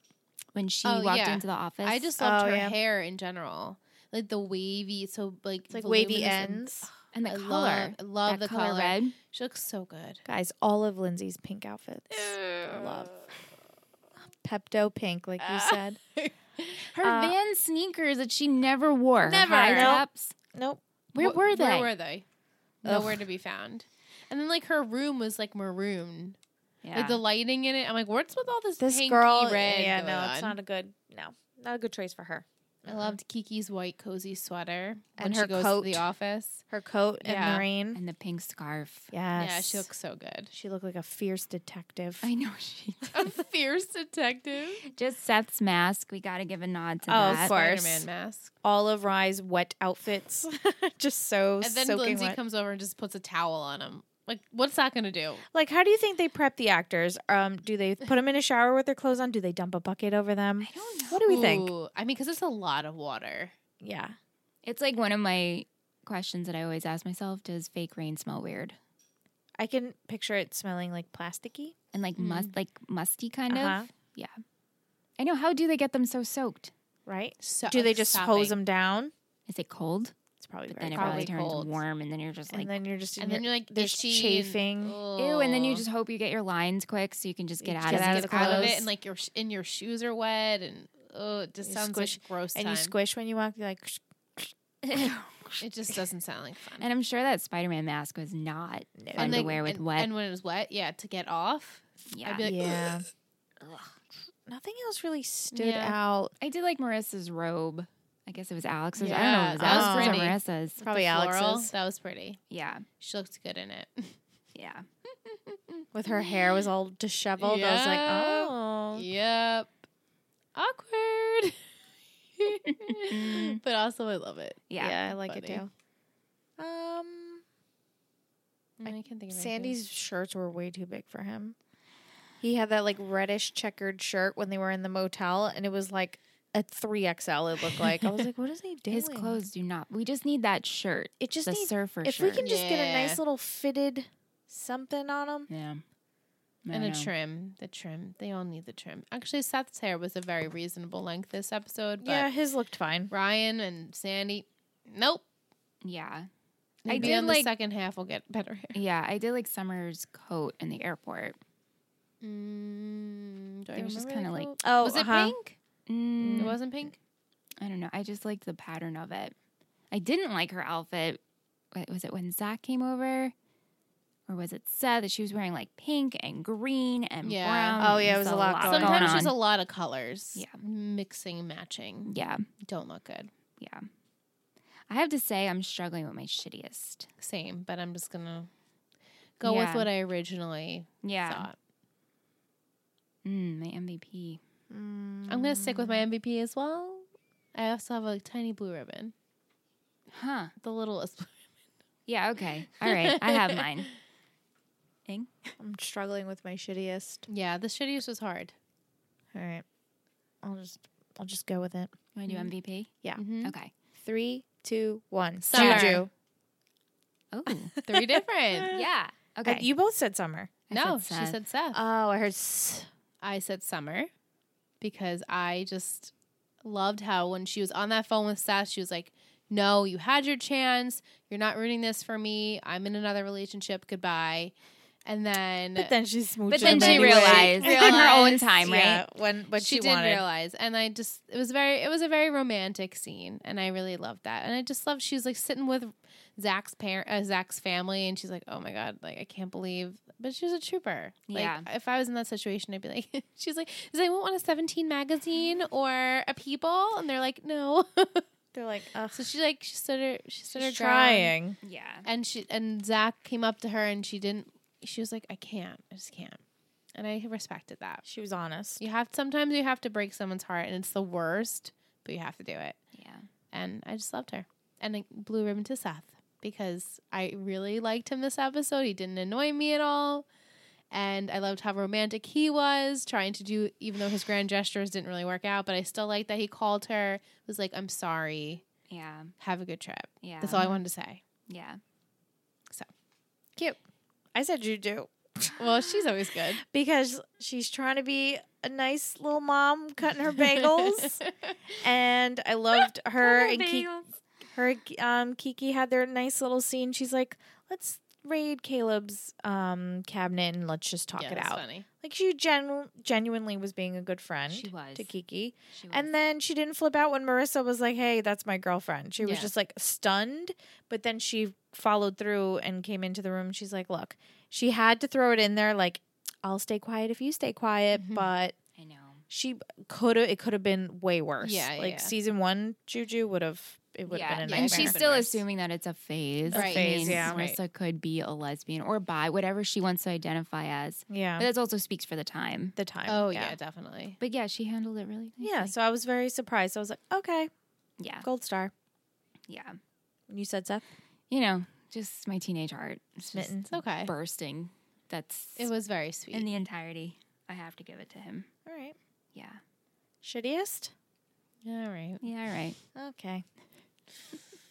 Speaker 5: when she
Speaker 1: Oh,
Speaker 5: walked
Speaker 1: yeah.
Speaker 5: into the office.
Speaker 1: I just loved
Speaker 4: Oh,
Speaker 1: her
Speaker 4: yeah.
Speaker 1: hair in general. Like the wavy, so like
Speaker 4: It's like wavy
Speaker 1: voluminous and-
Speaker 4: ends.
Speaker 5: and the
Speaker 1: I
Speaker 5: color.
Speaker 1: love, I love
Speaker 5: that
Speaker 1: the color.
Speaker 5: red.
Speaker 1: She looks so good.
Speaker 4: Guys, all of Lindsay's pink outfits. Love. Pepto pink, like
Speaker 1: Ah.
Speaker 4: you said.
Speaker 5: Her
Speaker 4: Uh,
Speaker 5: van sneakers that she never wore. her
Speaker 1: Never.
Speaker 5: High
Speaker 1: Nope.
Speaker 5: tops.
Speaker 4: Nope.
Speaker 5: Where
Speaker 1: Wh-
Speaker 5: were they?
Speaker 1: Where were they?
Speaker 4: Ugh.
Speaker 1: Nowhere to be found. And then like her room was like maroon,
Speaker 5: Yeah.
Speaker 1: like the lighting in it. I'm like, what's with all this?
Speaker 4: This
Speaker 1: pinky
Speaker 4: girl.
Speaker 1: red.
Speaker 4: yeah,
Speaker 1: going
Speaker 4: no, it's
Speaker 1: on?
Speaker 4: not a good. No, not a good choice for her.
Speaker 1: I loved Kiki's white cozy sweater when
Speaker 4: And
Speaker 1: she
Speaker 4: her
Speaker 1: goes
Speaker 4: coat.
Speaker 1: to the office.
Speaker 4: Her coat and
Speaker 1: Yeah.
Speaker 4: the rain.
Speaker 5: and the pink scarf.
Speaker 4: Yes.
Speaker 1: Yeah, she looks so good.
Speaker 4: She looked like a fierce detective.
Speaker 5: I know she did.
Speaker 1: A fierce detective.
Speaker 5: Just Seth's mask. We got to give a nod to
Speaker 4: Oh, of
Speaker 5: that.
Speaker 4: course.
Speaker 1: Spider-Man mask.
Speaker 4: All of Rye's wet outfits, just so
Speaker 1: And then
Speaker 4: soaking
Speaker 1: Lindsay
Speaker 4: wet.
Speaker 1: comes over and just puts a towel on him. Like, what's that going to do?
Speaker 4: like, how do you think they prep the actors? Um, do they put them in a shower with their clothes on? Do they dump a bucket over them?
Speaker 5: I don't know.
Speaker 4: What do we think?
Speaker 1: Ooh, I mean, because it's a lot of water.
Speaker 4: Yeah.
Speaker 5: It's like one of my questions that I always ask myself Does fake rain smell weird?
Speaker 4: I can picture it smelling like plasticky.
Speaker 5: And like must like musty kind
Speaker 4: Uh-huh.
Speaker 5: of. Yeah. I know. How do they get them so soaked?
Speaker 4: right?
Speaker 1: So uh,
Speaker 4: Do they just hose them down?
Speaker 5: Is it cold?
Speaker 4: It's probably
Speaker 5: But
Speaker 4: very
Speaker 5: then it
Speaker 4: cold.
Speaker 5: probably
Speaker 1: Probably
Speaker 5: turns
Speaker 1: cold.
Speaker 5: warm and then you're just
Speaker 4: and
Speaker 5: like
Speaker 4: then you're just in
Speaker 1: And then
Speaker 4: your-
Speaker 1: you're like, Oh,
Speaker 4: there's
Speaker 1: itchy
Speaker 4: chafing.
Speaker 1: And,
Speaker 5: ew, and then you
Speaker 1: Ugh.
Speaker 5: just hope you get your lines quick so you can just
Speaker 4: You
Speaker 5: get
Speaker 4: just
Speaker 5: out,
Speaker 4: get
Speaker 5: of,
Speaker 4: out
Speaker 5: the
Speaker 4: of
Speaker 1: get out of
Speaker 5: clothes.
Speaker 1: it, and like your sh- and your shoes are wet, and oh, it just
Speaker 4: You
Speaker 1: sounds
Speaker 4: squish-
Speaker 1: like gross.
Speaker 4: and you
Speaker 1: time.
Speaker 4: squish when you walk. You're like,
Speaker 1: It just doesn't sound like fun.
Speaker 5: And I'm sure that Spider Man mask was not fun to
Speaker 1: like,
Speaker 5: wear with
Speaker 1: and,
Speaker 5: wet.
Speaker 1: And when it was wet, yeah, to get off.
Speaker 5: yeah.
Speaker 1: I'd be like,
Speaker 4: yeah. Nothing else really stood
Speaker 1: Yeah.
Speaker 4: out.
Speaker 5: I did like Marissa's robe. I guess it was Alex's. I
Speaker 1: Yeah,
Speaker 5: don't know.
Speaker 1: that
Speaker 4: was
Speaker 5: It was
Speaker 1: pretty.
Speaker 5: Alex's or Marissa's.
Speaker 1: with the
Speaker 4: Probably
Speaker 1: floral.
Speaker 4: Alex's.
Speaker 1: That was pretty.
Speaker 5: Yeah.
Speaker 1: She looked good in it.
Speaker 5: Yeah.
Speaker 4: With her hair was all disheveled. I was like,
Speaker 1: Yeah.
Speaker 4: oh.
Speaker 1: yep. Awkward. but also, I love it.
Speaker 5: Yeah.
Speaker 4: I like it
Speaker 1: funny.
Speaker 4: too. Um,
Speaker 1: I can't think of anything.
Speaker 4: Sandy's shirts were way too big for him. He had that like reddish checkered shirt when they were in the motel, and it was like a three XL. It looked like I was like, what is he doing?
Speaker 5: His clothes do not. We just need that shirt.
Speaker 4: It just
Speaker 5: the
Speaker 4: needs
Speaker 5: surfer
Speaker 4: if
Speaker 5: shirt.
Speaker 4: we can just get a
Speaker 1: Yeah.
Speaker 4: nice little fitted something on him.
Speaker 5: yeah. I
Speaker 1: And a
Speaker 5: know.
Speaker 1: trim, the trim. They all need the trim. Actually, Seth's hair was a very reasonable length this episode. But
Speaker 4: Yeah, his looked fine.
Speaker 1: Ryan and Sandy, nope.
Speaker 5: Yeah. I
Speaker 1: Maybe
Speaker 5: did
Speaker 1: on
Speaker 5: like-
Speaker 1: the second half we'll get better hair.
Speaker 5: Yeah. I did like Summer's coat in the airport.
Speaker 1: Mm, do I
Speaker 5: They were just
Speaker 1: remember
Speaker 5: kinda
Speaker 1: that
Speaker 5: like-
Speaker 1: quote?
Speaker 4: Oh,
Speaker 1: was it
Speaker 4: uh-huh.
Speaker 1: pink?
Speaker 5: Mm,
Speaker 1: It wasn't pink.
Speaker 5: I don't know. I just liked the pattern of it. I didn't like her outfit. What, was it when Zach came over? or was it Seth? That she was wearing like pink and green and
Speaker 1: Yeah.
Speaker 5: brown.
Speaker 4: Oh, yeah, it
Speaker 5: There's
Speaker 4: was a lot going
Speaker 5: going
Speaker 4: on.
Speaker 1: Sometimes there's a
Speaker 5: on.
Speaker 1: lot of colors.
Speaker 5: Yeah.
Speaker 1: Mixing, matching.
Speaker 5: yeah,
Speaker 1: Don't look good.
Speaker 5: yeah. I have to say, I'm struggling with my shittiest.
Speaker 1: Same, but I'm just going to go
Speaker 5: Yeah.
Speaker 1: with what I originally
Speaker 5: Yeah,
Speaker 1: thought.
Speaker 5: mm, my MVP.
Speaker 1: I'm going to stick with my MVP as well. I also have a tiny blue ribbon,
Speaker 5: Huh?
Speaker 1: the littlest.
Speaker 5: Yeah. Okay. All right. I have mine. Ing?
Speaker 4: I'm struggling with my shittiest.
Speaker 1: Yeah, the shittiest was hard.
Speaker 4: All right. I'll just I'll just go with it.
Speaker 5: You want to do MVP?
Speaker 4: Yeah.
Speaker 1: Mhm.
Speaker 5: Okay.
Speaker 4: Three, two, one.
Speaker 1: Summer.
Speaker 4: Juju.
Speaker 5: Oh.
Speaker 1: Three different.
Speaker 5: yeah. Okay.
Speaker 4: Uh, you both said summer.
Speaker 5: I
Speaker 1: no,
Speaker 5: said
Speaker 1: she
Speaker 5: Seth. Uh,
Speaker 1: said Seth.
Speaker 4: Oh, I heard. S-
Speaker 1: I said summer because I just loved how when she was on that phone with Seth, she was like, No, you had your chance. You're not ruining this for me. I'm in another relationship. Goodbye. And then,
Speaker 4: but then she smooched.
Speaker 5: But then
Speaker 4: him
Speaker 5: she
Speaker 4: anyway.
Speaker 5: realized, on her own
Speaker 1: Realized,
Speaker 5: time, right?
Speaker 4: Yeah, when but
Speaker 1: she,
Speaker 4: she,
Speaker 1: did
Speaker 4: wanted.
Speaker 1: realize. And I just it was very it was a very romantic scene and I really loved that. And I just loved she was like sitting with Zach's parent uh, Zach's family and she's like, Oh my god, like I can't believe but she's a trooper. Like
Speaker 5: Yeah.
Speaker 1: if I was in that situation I'd be like she's like, Does anyone want a seventeen magazine or a people? And they're like, No.
Speaker 4: They're like, ugh,
Speaker 1: So she like she stood her she stood
Speaker 4: she's
Speaker 1: her ground.
Speaker 4: trying.
Speaker 5: yeah.
Speaker 1: and she and Zach came up to her and she didn't. She was like, I can't, I just can't, and I respected that.
Speaker 4: She was honest.
Speaker 1: You have sometimes you have to break someone's heart, and it's the worst, but you have to do it.
Speaker 5: Yeah.
Speaker 1: And I just loved her, and a blue ribbon to Seth because I really liked him this episode. He didn't annoy me at all. And I loved how romantic he was, trying to do, even though his grand gestures didn't really work out, but I still liked that he called her, was like, I'm sorry,
Speaker 5: Yeah.
Speaker 1: have a good trip.
Speaker 5: Yeah.
Speaker 1: That's all I wanted to say.
Speaker 5: Yeah.
Speaker 4: Cute. I said Juju
Speaker 1: Well, she's always good.
Speaker 4: because she's trying to be a nice little mom, cutting her bagels, and I loved her and Kiki. Her um, Kiki had their nice little scene. She's like, let's raid Caleb's um, cabinet and let's just talk
Speaker 1: yeah,
Speaker 4: it
Speaker 1: that's
Speaker 4: out.
Speaker 1: Funny.
Speaker 4: Like she genu- genuinely was being a good friend
Speaker 5: She was.
Speaker 4: to Kiki.
Speaker 5: She was.
Speaker 4: And then she didn't flip out when Marissa was like, "Hey, that's my girlfriend." She was
Speaker 1: Yeah.
Speaker 4: just like stunned, but then she followed through and came into the room. She's like, "Look, she had to throw it in there like I'll stay quiet if you stay quiet,
Speaker 5: Mm-hmm.
Speaker 1: Mhm.
Speaker 4: but
Speaker 5: I know.
Speaker 4: she could have it could have been way worse.
Speaker 1: Yeah, yeah,
Speaker 4: like
Speaker 1: yeah.
Speaker 4: season 1 Juju would have it would have been a
Speaker 1: yeah,
Speaker 4: nightmare.
Speaker 5: and she's still
Speaker 1: Been worse.
Speaker 5: assuming that it's a phase.
Speaker 1: A Right. phase,
Speaker 5: I mean,
Speaker 4: yeah.
Speaker 5: Marissa could be a lesbian or bi, whatever she wants to identify as.
Speaker 4: yeah,
Speaker 5: But that also speaks for the time.
Speaker 4: the time.
Speaker 1: Oh yeah, definitely.
Speaker 5: But yeah, she handled it really. Nicely.
Speaker 4: Yeah, so I was very surprised. I was like, "Okay,
Speaker 5: Yeah.
Speaker 4: gold star."
Speaker 5: Yeah.
Speaker 4: You said Seth?
Speaker 5: You know, just my teenage heart. It's just
Speaker 4: Smitten.
Speaker 1: It's okay.
Speaker 5: bursting. That's
Speaker 1: It was very sweet.
Speaker 5: in the entirety. I have to give it to him.
Speaker 4: All right.
Speaker 5: Yeah.
Speaker 4: Shittiest?
Speaker 1: All right.
Speaker 5: Yeah. All right.
Speaker 4: Okay.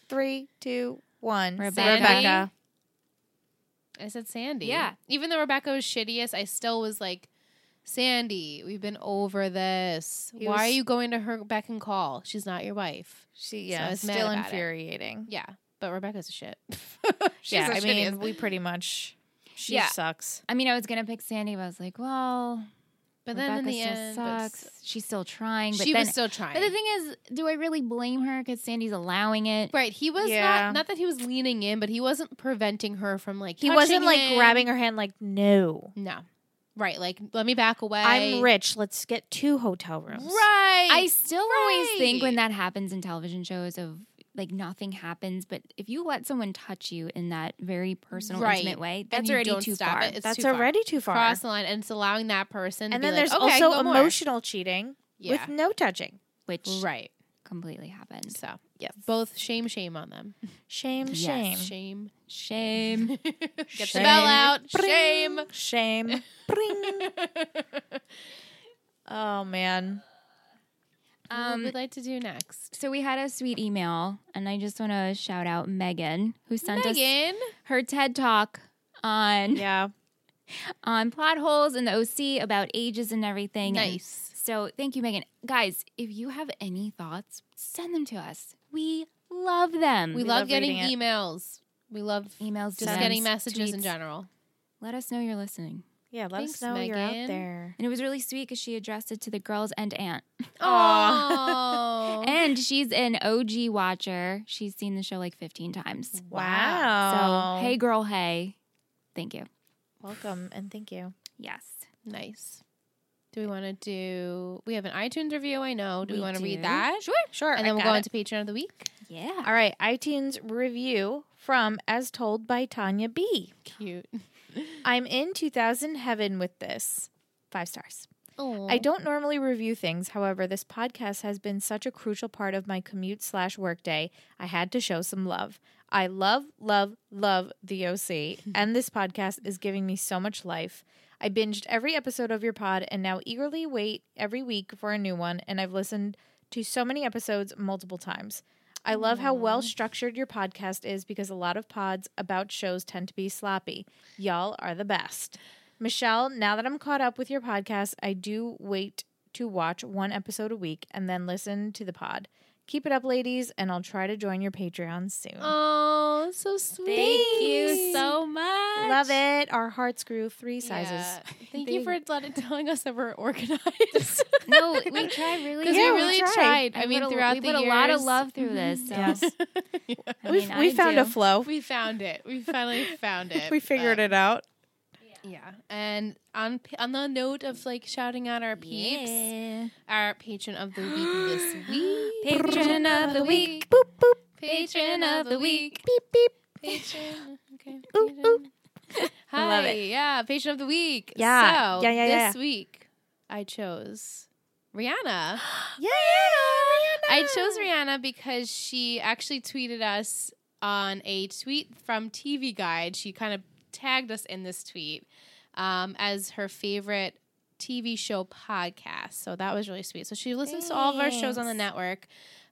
Speaker 4: Three, two, one.
Speaker 5: Rebecca.
Speaker 4: Rebecca.
Speaker 1: I said Sandy.
Speaker 5: Yeah.
Speaker 1: Even though Rebecca was shittiest, I still was like, Sandy, we've been over this.
Speaker 4: He
Speaker 1: Why
Speaker 4: was-
Speaker 1: are you going to her back and call? She's not your wife.
Speaker 4: She
Speaker 1: So I
Speaker 4: yeah,
Speaker 1: was mad
Speaker 4: still
Speaker 1: about it.
Speaker 4: infuriating.
Speaker 1: Yeah. But Rebecca's a shit. She's
Speaker 4: yeah,
Speaker 1: the
Speaker 4: I mean,
Speaker 1: shittiest.
Speaker 4: we pretty much. She
Speaker 5: Yeah.
Speaker 4: sucks.
Speaker 5: I mean, I was gonna pick Sandy, but I was like, well,
Speaker 1: but then in
Speaker 5: Rebecca
Speaker 1: the
Speaker 5: still
Speaker 1: end,
Speaker 5: sucks. She's still trying. But
Speaker 1: she
Speaker 5: then
Speaker 1: was still trying.
Speaker 5: But the thing is, do I really blame her? Because Sandy's allowing it.
Speaker 1: right. He was
Speaker 4: Yeah.
Speaker 1: not, not that he was leaning in, but he wasn't preventing her from like,
Speaker 4: He
Speaker 1: touching
Speaker 4: wasn't like
Speaker 1: him.
Speaker 4: grabbing her hand, like, no,
Speaker 1: No. Right. Like, let me back away.
Speaker 4: I'm rich. Let's get two hotel rooms.
Speaker 1: Right.
Speaker 5: I still always think when
Speaker 1: Right.
Speaker 5: that happens in television shows of like nothing happens, but if you let someone touch you in that very personal,
Speaker 1: Right.
Speaker 5: intimate way,
Speaker 1: And
Speaker 5: that's
Speaker 1: you
Speaker 5: already
Speaker 1: don't
Speaker 5: too
Speaker 1: stop
Speaker 5: far.
Speaker 1: it. It's
Speaker 4: That's
Speaker 1: too far.
Speaker 4: already too far.
Speaker 1: cross the line and it's allowing that person
Speaker 4: and
Speaker 1: to
Speaker 4: then
Speaker 1: be
Speaker 4: there's
Speaker 1: like, okay,
Speaker 4: also
Speaker 1: go more."
Speaker 4: emotional cheating
Speaker 1: yeah
Speaker 4: with no touching.
Speaker 5: Which
Speaker 1: right
Speaker 5: completely happened.
Speaker 1: so yeah both shame shame on them
Speaker 4: Shame,
Speaker 5: Yes.
Speaker 4: shame.
Speaker 1: shame
Speaker 5: Shame.
Speaker 1: get the
Speaker 4: Shame.
Speaker 1: bell out shame
Speaker 4: Bring. Shame. Bring. oh, man.
Speaker 1: what
Speaker 5: um,
Speaker 1: would we like to do next
Speaker 5: so we had a sweet email, and I just want to shout out Megan who sent us
Speaker 1: Megan
Speaker 5: her TED talk on
Speaker 4: Yeah.
Speaker 5: on plot holes in the OC about ages and everything. and
Speaker 1: nice
Speaker 5: So thank you, Megan. Guys, if you have any thoughts, send them to us. We love them.
Speaker 1: we,
Speaker 4: We
Speaker 1: love,
Speaker 4: love
Speaker 1: getting
Speaker 4: reading it.
Speaker 1: emails we love
Speaker 5: emails,
Speaker 1: just
Speaker 5: DMs,
Speaker 1: getting messages in
Speaker 5: tweets.
Speaker 1: general
Speaker 5: Let us know you're listening.
Speaker 4: Yeah, let
Speaker 1: Thanks,
Speaker 4: us know you're out
Speaker 1: Megan.
Speaker 4: there.
Speaker 5: And it was really sweet because she addressed it to the girls and Aunt.
Speaker 1: oh
Speaker 5: And she's an OG watcher. She's seen the show like 15 times.
Speaker 4: Oh.
Speaker 1: Wow.
Speaker 5: So hey, girl, hey, Thank you.
Speaker 4: Welcome and thank you.
Speaker 5: Yes.
Speaker 1: Nice. Do we want to do? We have an iTunes review. I know. Do we,
Speaker 5: We
Speaker 1: want to
Speaker 5: do.
Speaker 1: read that? Sure.
Speaker 4: Sure.
Speaker 1: And
Speaker 4: I
Speaker 1: then we'll
Speaker 4: got
Speaker 1: go
Speaker 4: it.
Speaker 1: into patron of the week.
Speaker 5: Yeah.
Speaker 4: All right, iTunes review from As Told by Tanya B.
Speaker 1: Cute.
Speaker 4: I'm in 2000 heaven with this. Five stars.
Speaker 1: Oh,
Speaker 4: I don't normally review things. However, this podcast has been such a crucial part of my commute slash workday. I had to show some love. I love, love, love the OC, and this podcast is giving me so much life. I binged every episode of your pod and now eagerly wait every week for a new one, and I've listened to so many episodes multiple times. I love how well structured your podcast is because a lot of pods about shows tend to be sloppy. Y'all are the best. Michelle, now that I'm caught up with your podcast, I do wait to watch one episode a week and then listen to the pod. Keep it up, ladies, and I'll try to join your Patreon soon.
Speaker 1: Oh, so sweet.
Speaker 5: Thank you so much.
Speaker 4: Love it. Our hearts grew three sizes.
Speaker 1: Yeah. Thank you for let- telling us that we're organized.
Speaker 5: No, we tried really
Speaker 1: Because
Speaker 4: Yeah,
Speaker 1: we
Speaker 4: we
Speaker 1: really
Speaker 4: tried.
Speaker 1: tried. I,
Speaker 5: put
Speaker 1: mean,
Speaker 5: a-
Speaker 1: throughout
Speaker 5: we
Speaker 1: the
Speaker 5: put
Speaker 1: years,
Speaker 5: a lot of love through this. So.
Speaker 4: Yes.
Speaker 5: I
Speaker 4: We've-
Speaker 5: mean,
Speaker 4: we
Speaker 5: I
Speaker 4: found
Speaker 5: do.
Speaker 4: a flow.
Speaker 1: We found it. We finally found it.
Speaker 4: We figured it out.
Speaker 1: Yeah. And on p- on the note of like shouting out our peeps,
Speaker 5: Yeah.
Speaker 1: our patron of the week this week,
Speaker 5: Patron of the week.
Speaker 4: Boop, boop.
Speaker 1: patron of the week,
Speaker 4: Beep, beep.
Speaker 1: patron. Okay.
Speaker 4: Ooh,
Speaker 1: patron.
Speaker 4: ooh.
Speaker 1: Hi.
Speaker 4: love it.
Speaker 1: Yeah, patron of the week.
Speaker 4: Yeah.
Speaker 1: So
Speaker 4: Yeah, yeah, yeah.
Speaker 1: this week I chose Rihanna.
Speaker 4: Yeah.
Speaker 1: I chose Rihanna because she actually tweeted us on a tweet from TV Guide. She kind of tagged us in this tweet um, as her favorite TV show podcast. So that was really sweet. So she listens to all of our shows on the network.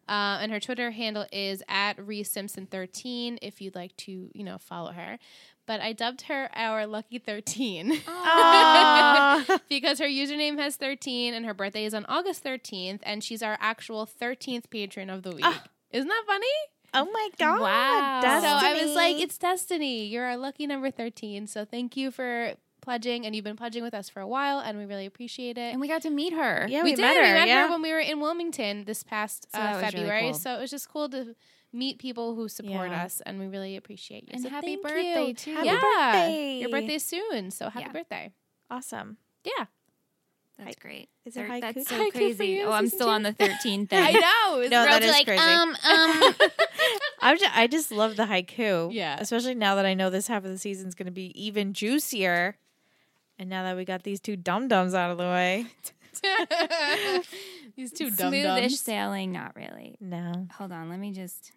Speaker 1: Uh, and her Twitter handle is at Ree Simpson 13 if you'd like to, you know, follow her. But I dubbed her our Lucky 13
Speaker 4: Aw.
Speaker 1: because her username has 13 and her birthday is on August 13th, and she's our actual 13th patron of the week. Isn't that funny?
Speaker 4: oh my God.
Speaker 5: Wow.
Speaker 1: So I was
Speaker 4: Destiny.
Speaker 1: like, it's destiny. You're our lucky number 13. So thank you for pledging, and you've been pledging with us for a while, and we really appreciate it.
Speaker 5: And we got to meet her.
Speaker 4: Yeah,
Speaker 1: we,
Speaker 4: we,
Speaker 1: did.
Speaker 4: met her.
Speaker 1: we met
Speaker 4: yeah.
Speaker 1: her when we were in Wilmington this past
Speaker 5: So
Speaker 1: uh,
Speaker 5: that was really
Speaker 1: February.
Speaker 5: cool.
Speaker 1: So it was just cool to meet people who support
Speaker 4: Yeah.
Speaker 1: us, and we really appreciate you.
Speaker 5: And
Speaker 1: so
Speaker 5: happy
Speaker 1: thank
Speaker 5: birthday,
Speaker 1: you.
Speaker 5: too.
Speaker 4: Happy
Speaker 1: yeah.
Speaker 4: birthday.
Speaker 1: Your birthday's soon, so happy
Speaker 5: Yeah.
Speaker 1: birthday.
Speaker 4: Awesome.
Speaker 1: Yeah.
Speaker 5: That's great.
Speaker 4: Is it
Speaker 5: Thir-
Speaker 4: haiku?
Speaker 5: That's
Speaker 1: Haiku
Speaker 5: so
Speaker 1: for
Speaker 5: crazy.
Speaker 1: you,
Speaker 5: Oh, I'm
Speaker 1: season
Speaker 5: still
Speaker 1: two?
Speaker 5: on the 13 thing.
Speaker 1: I know. It's
Speaker 4: No,
Speaker 1: real-
Speaker 4: that is crazy.
Speaker 5: Um, um.
Speaker 4: I'm just, I just love the haiku.
Speaker 1: Yeah.
Speaker 4: Especially now that I know this half of the season's going to be even juicier. And now that we got these two dum dums out of the way.
Speaker 1: These two dumb
Speaker 5: Smoothish
Speaker 1: dumbs.
Speaker 5: sailing, not really.
Speaker 4: No.
Speaker 5: Hold on, let me just.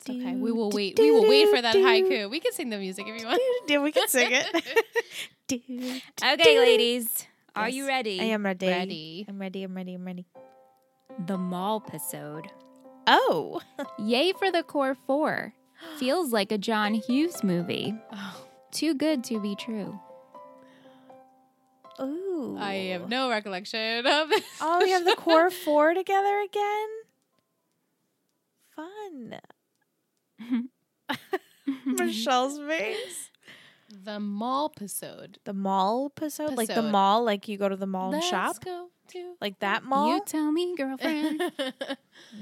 Speaker 1: It's okay. We will wait. We will wait for that haiku. We can sing the music if you want.
Speaker 4: Yeah, we can sing it. Do, do,
Speaker 5: Okay,
Speaker 4: do.
Speaker 5: ladies, are
Speaker 4: Yes.
Speaker 5: you ready?
Speaker 4: I am ready.
Speaker 1: Ready.
Speaker 4: I'm ready. I'm ready. I'm ready.
Speaker 5: The mall episode.
Speaker 4: Oh.
Speaker 5: Yay for the core four. Feels like a John Hughes movie.
Speaker 4: Oh.
Speaker 5: Too good to be true.
Speaker 4: Ooh.
Speaker 1: I have no recollection of it.
Speaker 4: Oh, we have the core four together again? Fun. Michelle's face.
Speaker 1: the mall episode.
Speaker 4: The mall episode? Like the
Speaker 1: Episode.
Speaker 4: mall, like you go to the mall and
Speaker 1: Let's
Speaker 4: shop?
Speaker 1: go to
Speaker 4: Like that mall?
Speaker 5: You tell me, girlfriend.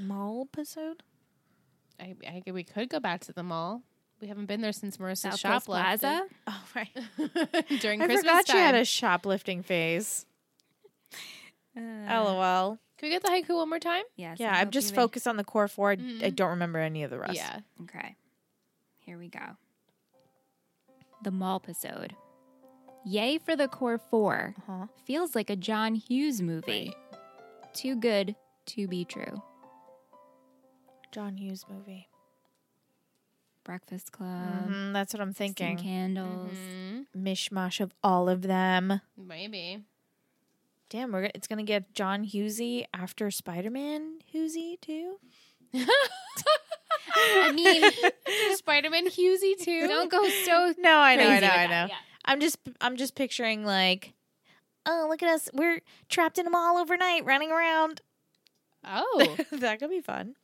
Speaker 4: mall episode?
Speaker 1: I, I, we could go back to the mall. We haven't been there since Marissa's
Speaker 5: Southwest
Speaker 1: shoplifted
Speaker 5: Plaza.
Speaker 4: Oh, right.
Speaker 1: during
Speaker 4: I
Speaker 1: Christmas
Speaker 4: forgot
Speaker 1: time.
Speaker 4: you had a shoplifting phase. Uh, LOL.
Speaker 1: Can we get the haiku one more time?
Speaker 5: Yes.
Speaker 4: Yeah,
Speaker 5: I
Speaker 4: I'm
Speaker 5: hope
Speaker 4: just
Speaker 5: you read-
Speaker 4: focused on the core four. I- I don't remember any of the rest.
Speaker 1: Yeah.
Speaker 5: Okay. Here we go. The mall episode. Yay for the core 4
Speaker 4: Uh-huh.
Speaker 5: Feels like a John Hughes movie. Too good to be true.
Speaker 4: John Hughes movie.
Speaker 5: Breakfast Club.
Speaker 4: Mhm, that's what I'm
Speaker 5: Skin
Speaker 4: thinking.
Speaker 5: Candles.
Speaker 1: Mm,
Speaker 4: Mishmash of all of them.
Speaker 1: maybe.
Speaker 4: Damn, we're, it's gonna get John Hughesy after Spider Man Hughesy too.
Speaker 5: I mean,
Speaker 1: Spider Man Hughesy too.
Speaker 5: don't go so
Speaker 4: No, I know,
Speaker 5: Crazy
Speaker 4: I
Speaker 5: with
Speaker 4: know, I
Speaker 5: that,
Speaker 4: know.
Speaker 5: yeah.
Speaker 4: I'm just, I'm just picturing like, oh look at us, we're trapped in a mall overnight, running around.
Speaker 1: Oh.
Speaker 4: that could be fun.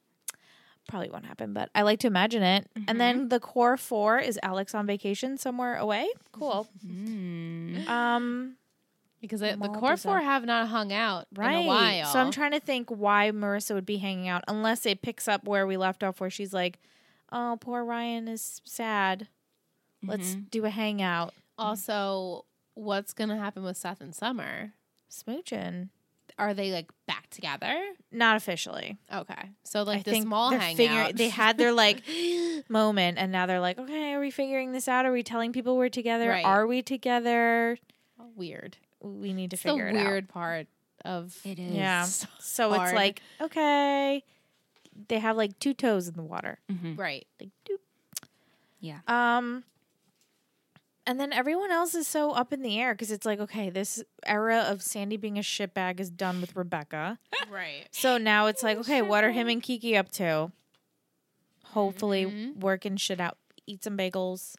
Speaker 4: Probably won't happen, but I like to imagine it. And
Speaker 1: Mm-hmm.
Speaker 4: then the core four is Alex on vacation somewhere away. Cool.
Speaker 5: Mm.
Speaker 4: um,
Speaker 1: Because I, the
Speaker 4: Mall
Speaker 1: core
Speaker 4: episode.
Speaker 1: four have not hung out
Speaker 4: right.
Speaker 1: in a while.
Speaker 4: So I'm trying to think why Marissa would be hanging out, unless it picks up where we left off, where
Speaker 1: Mm-hmm.
Speaker 4: she's like, "Oh, poor Ryan is sad. Let's do a hangout."
Speaker 1: Also, what's going to happen with Seth and Summer?
Speaker 4: Smooching.
Speaker 1: Are they like back together?
Speaker 4: Not officially.
Speaker 1: Okay. So like
Speaker 4: I
Speaker 1: the
Speaker 4: think
Speaker 1: small
Speaker 4: they're
Speaker 1: hangout.
Speaker 4: figuring- they had their like moment, and now they're like, okay, are we figuring this out? Are we telling people we're together?
Speaker 1: Right.
Speaker 4: Are we together?
Speaker 1: weird.
Speaker 4: We need to
Speaker 1: It's the
Speaker 4: figure it out.
Speaker 1: weird part of
Speaker 5: It is.
Speaker 4: Yeah.
Speaker 1: so
Speaker 4: So
Speaker 1: hard.
Speaker 4: it's like, okay, they have like two toes in the water.
Speaker 5: Mm-hmm.
Speaker 1: right.
Speaker 4: Like, doop.
Speaker 5: Yeah.
Speaker 4: Um, and then everyone else is so up in the air because it's like, okay, this era of Sandy being a shitbag is done with Rebecca.
Speaker 1: Right.
Speaker 4: So now it's like, okay, what are him and Kiki up to? Hopefully,
Speaker 1: Mhm.
Speaker 4: working shit out. Eat some bagels,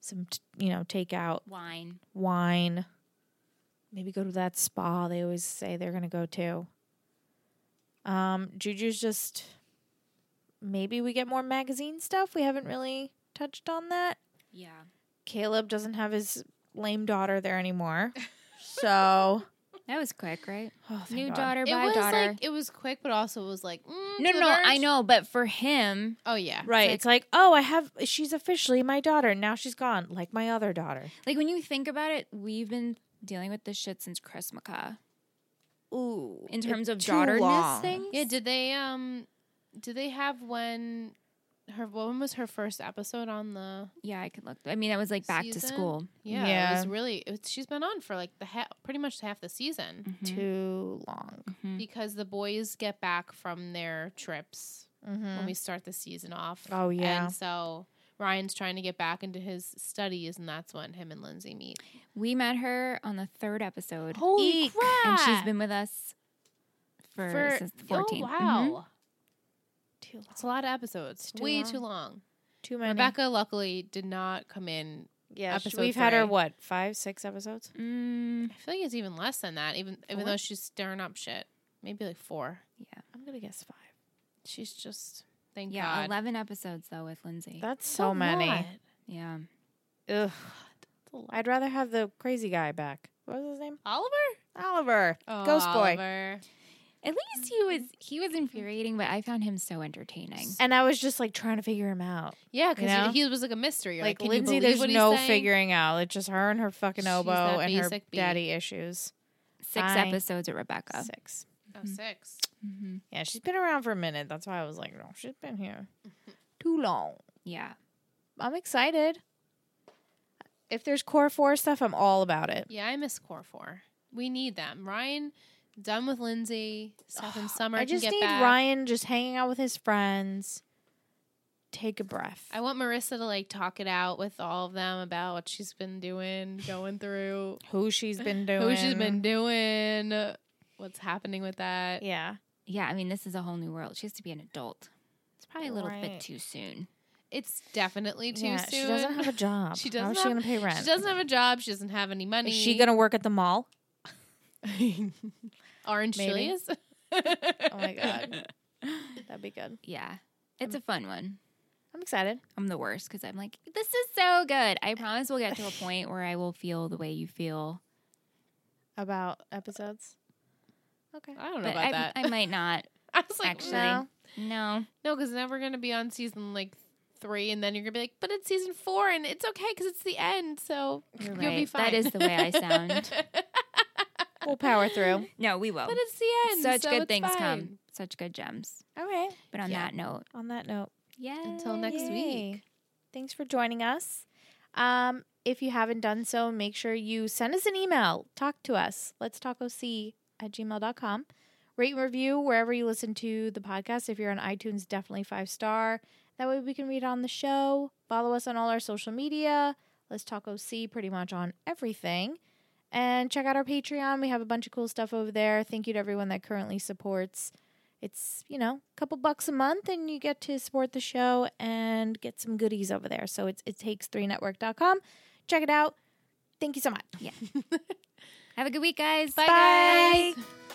Speaker 4: some t- you know takeout
Speaker 5: Wine.
Speaker 4: wine. Maybe go to that spa they always say they're gonna go to. Um, Juju's just maybe we get more magazine stuff. We haven't really touched on that.
Speaker 5: Yeah.
Speaker 4: Caleb doesn't have his lame daughter there anymore. So
Speaker 5: That was quick, right?
Speaker 4: oh, thank
Speaker 5: New
Speaker 4: God.
Speaker 5: daughter,
Speaker 1: It
Speaker 5: by
Speaker 1: was
Speaker 5: daughter.
Speaker 1: like it was quick but also was like mm,
Speaker 5: no,
Speaker 1: to
Speaker 5: no,
Speaker 1: the
Speaker 5: no. I
Speaker 1: verge.
Speaker 5: know, but for him,
Speaker 1: Oh yeah.
Speaker 4: Right. It's like, oh, I have she's officially my daughter. Now she's gone, like my other daughter.
Speaker 5: like when you think about it, we've been dealing with this shit since Chris McCaw
Speaker 4: Ooh.
Speaker 5: in terms of
Speaker 4: too
Speaker 5: daughterness
Speaker 4: long.
Speaker 5: things.
Speaker 1: Yeah, did they um did they have when her what when was her first episode on the
Speaker 5: yeah, I could look. I mean, that was like back to
Speaker 1: Season?
Speaker 5: school.
Speaker 1: Yeah, it
Speaker 4: Yeah.
Speaker 1: was really it was- she's been on for like the ha- pretty much half the season
Speaker 5: Mhm.
Speaker 4: Too long.
Speaker 5: Mhm.
Speaker 1: because the boys get back from their trips
Speaker 4: Mm-hmm.
Speaker 1: when we start the season off.
Speaker 4: Oh, yeah.
Speaker 1: And so Ryan's trying to get back into his studies and that's when him and Lindsay meet.
Speaker 5: We met her on the third episode.
Speaker 1: Holy
Speaker 4: Eek.
Speaker 1: crap.
Speaker 5: and she's been with us for, since the 14th.
Speaker 1: Oh
Speaker 5: Mhm.
Speaker 1: wow.
Speaker 4: Too long.
Speaker 1: It's a lot of episodes.
Speaker 4: Mm-hmm. too
Speaker 1: Way
Speaker 4: long.
Speaker 1: too long.
Speaker 4: Too many.
Speaker 1: Rebecca luckily did not come in.
Speaker 4: Yeah, sh-
Speaker 1: episode
Speaker 4: we've had her
Speaker 1: three.
Speaker 4: what five, six episodes.
Speaker 5: Mm,
Speaker 1: I feel like it's even less than that, even even
Speaker 4: Four?
Speaker 1: though she's stirring up shit. Maybe like four.
Speaker 5: yeah.
Speaker 4: I'm gonna guess five.
Speaker 1: She's just thank
Speaker 5: Yeah.
Speaker 1: God.
Speaker 5: 11 episodes, though, with Lindsay.
Speaker 4: That's so many.
Speaker 5: yeah.
Speaker 4: Ugh. I'd rather have the crazy guy back. What was his name?
Speaker 1: Oliver?
Speaker 4: Oliver,
Speaker 1: Oh,
Speaker 4: Ghost Boy.
Speaker 1: Oliver.
Speaker 5: At least he was he was infuriating, but I found him so entertaining.
Speaker 4: And I was just like trying to figure him out.
Speaker 1: Yeah, because
Speaker 4: You know?
Speaker 1: he was like a mystery. You're Like,
Speaker 4: like
Speaker 1: can
Speaker 4: Lindsay,
Speaker 1: you
Speaker 4: there's
Speaker 1: believe what he's
Speaker 4: no
Speaker 1: saying?
Speaker 4: figuring out. It's just her and her fucking
Speaker 1: She's
Speaker 4: oboe
Speaker 1: that
Speaker 4: and her
Speaker 1: basic beat.
Speaker 4: daddy issues.
Speaker 5: Six
Speaker 4: Fine.
Speaker 5: episodes of Rebecca.
Speaker 4: Six.
Speaker 1: Oh, six.
Speaker 5: Mhm.
Speaker 4: Yeah, she's been around for a minute. That's why I was like, no, she's been here too long.
Speaker 5: Yeah.
Speaker 4: I'm excited. If there's core four stuff, I'm all about it.
Speaker 1: Yeah, I miss core four. We need them. Ryan, done with Lindsay. Seth and Summer.
Speaker 4: I
Speaker 1: can
Speaker 4: just
Speaker 1: get
Speaker 4: need
Speaker 1: back.
Speaker 4: Ryan just hanging out with his friends. Take a breath.
Speaker 1: I want Marissa to like talk it out with all of them about what she's been doing, going through,
Speaker 4: who she's been doing.
Speaker 1: who she's been doing, what's happening with that.
Speaker 4: Yeah.
Speaker 5: Yeah. I mean, this is a whole new world. She has to be an adult. It's probably a little bit
Speaker 4: Right.
Speaker 5: too soon.
Speaker 1: It's definitely too
Speaker 4: yeah.
Speaker 1: soon.
Speaker 4: She doesn't have a job.
Speaker 1: She
Speaker 4: How
Speaker 1: doesn't
Speaker 4: is she
Speaker 1: have-
Speaker 4: going to pay rent?
Speaker 1: She doesn't have a job. She doesn't have any money.
Speaker 4: Is she going to work at the mall?
Speaker 1: orange
Speaker 4: Maybe.
Speaker 1: chilies?
Speaker 4: Oh my God. That'd be good.
Speaker 5: Yeah. It's a fun one.
Speaker 4: I'm excited.
Speaker 5: I'm the worst because I'm like, this is so good. I promise we'll get to a point where I will feel the way you feel.
Speaker 4: About episodes? Okay.
Speaker 1: I don't know
Speaker 5: But
Speaker 1: about
Speaker 5: I,
Speaker 1: that.
Speaker 5: I might not.
Speaker 1: I was like,
Speaker 5: actually.
Speaker 1: no,
Speaker 4: No.
Speaker 5: No.
Speaker 1: because then we're gonna be on season like three, and then you're gonna be like, but it's season four, and it's okay because it's the end, so
Speaker 5: You're
Speaker 1: you'll be
Speaker 5: right.
Speaker 1: fine.
Speaker 5: That is the way I sound.
Speaker 4: We'll power through.
Speaker 5: No, we will.
Speaker 1: but it's the end.
Speaker 5: Such
Speaker 1: so
Speaker 5: good
Speaker 1: it's
Speaker 5: things come.
Speaker 1: fine.
Speaker 5: Such good gems.
Speaker 4: All right.
Speaker 5: But on
Speaker 1: Yeah.
Speaker 5: that note,
Speaker 4: On that note,
Speaker 5: yeah.
Speaker 1: Until next
Speaker 4: Yay.
Speaker 1: week.
Speaker 4: Thanks for joining us. Um, if you haven't done so, make sure you send us an email. Talk to us. Let's talk OC at gmail.com. Rate and review wherever you listen to the podcast. If you're on iTunes, definitely five star. That way we can read it on the show. Follow us on all our social media. Let's talk OC pretty much on everything. And check out our Patreon. We have a bunch of cool stuff over there. Thank you to everyone that currently supports it's you know a couple bucks a month and you get to support the show and get some goodies over there so it's it takes 3 network.com check it out thank you so much
Speaker 5: Have a good week, guys.
Speaker 1: Bye, guys.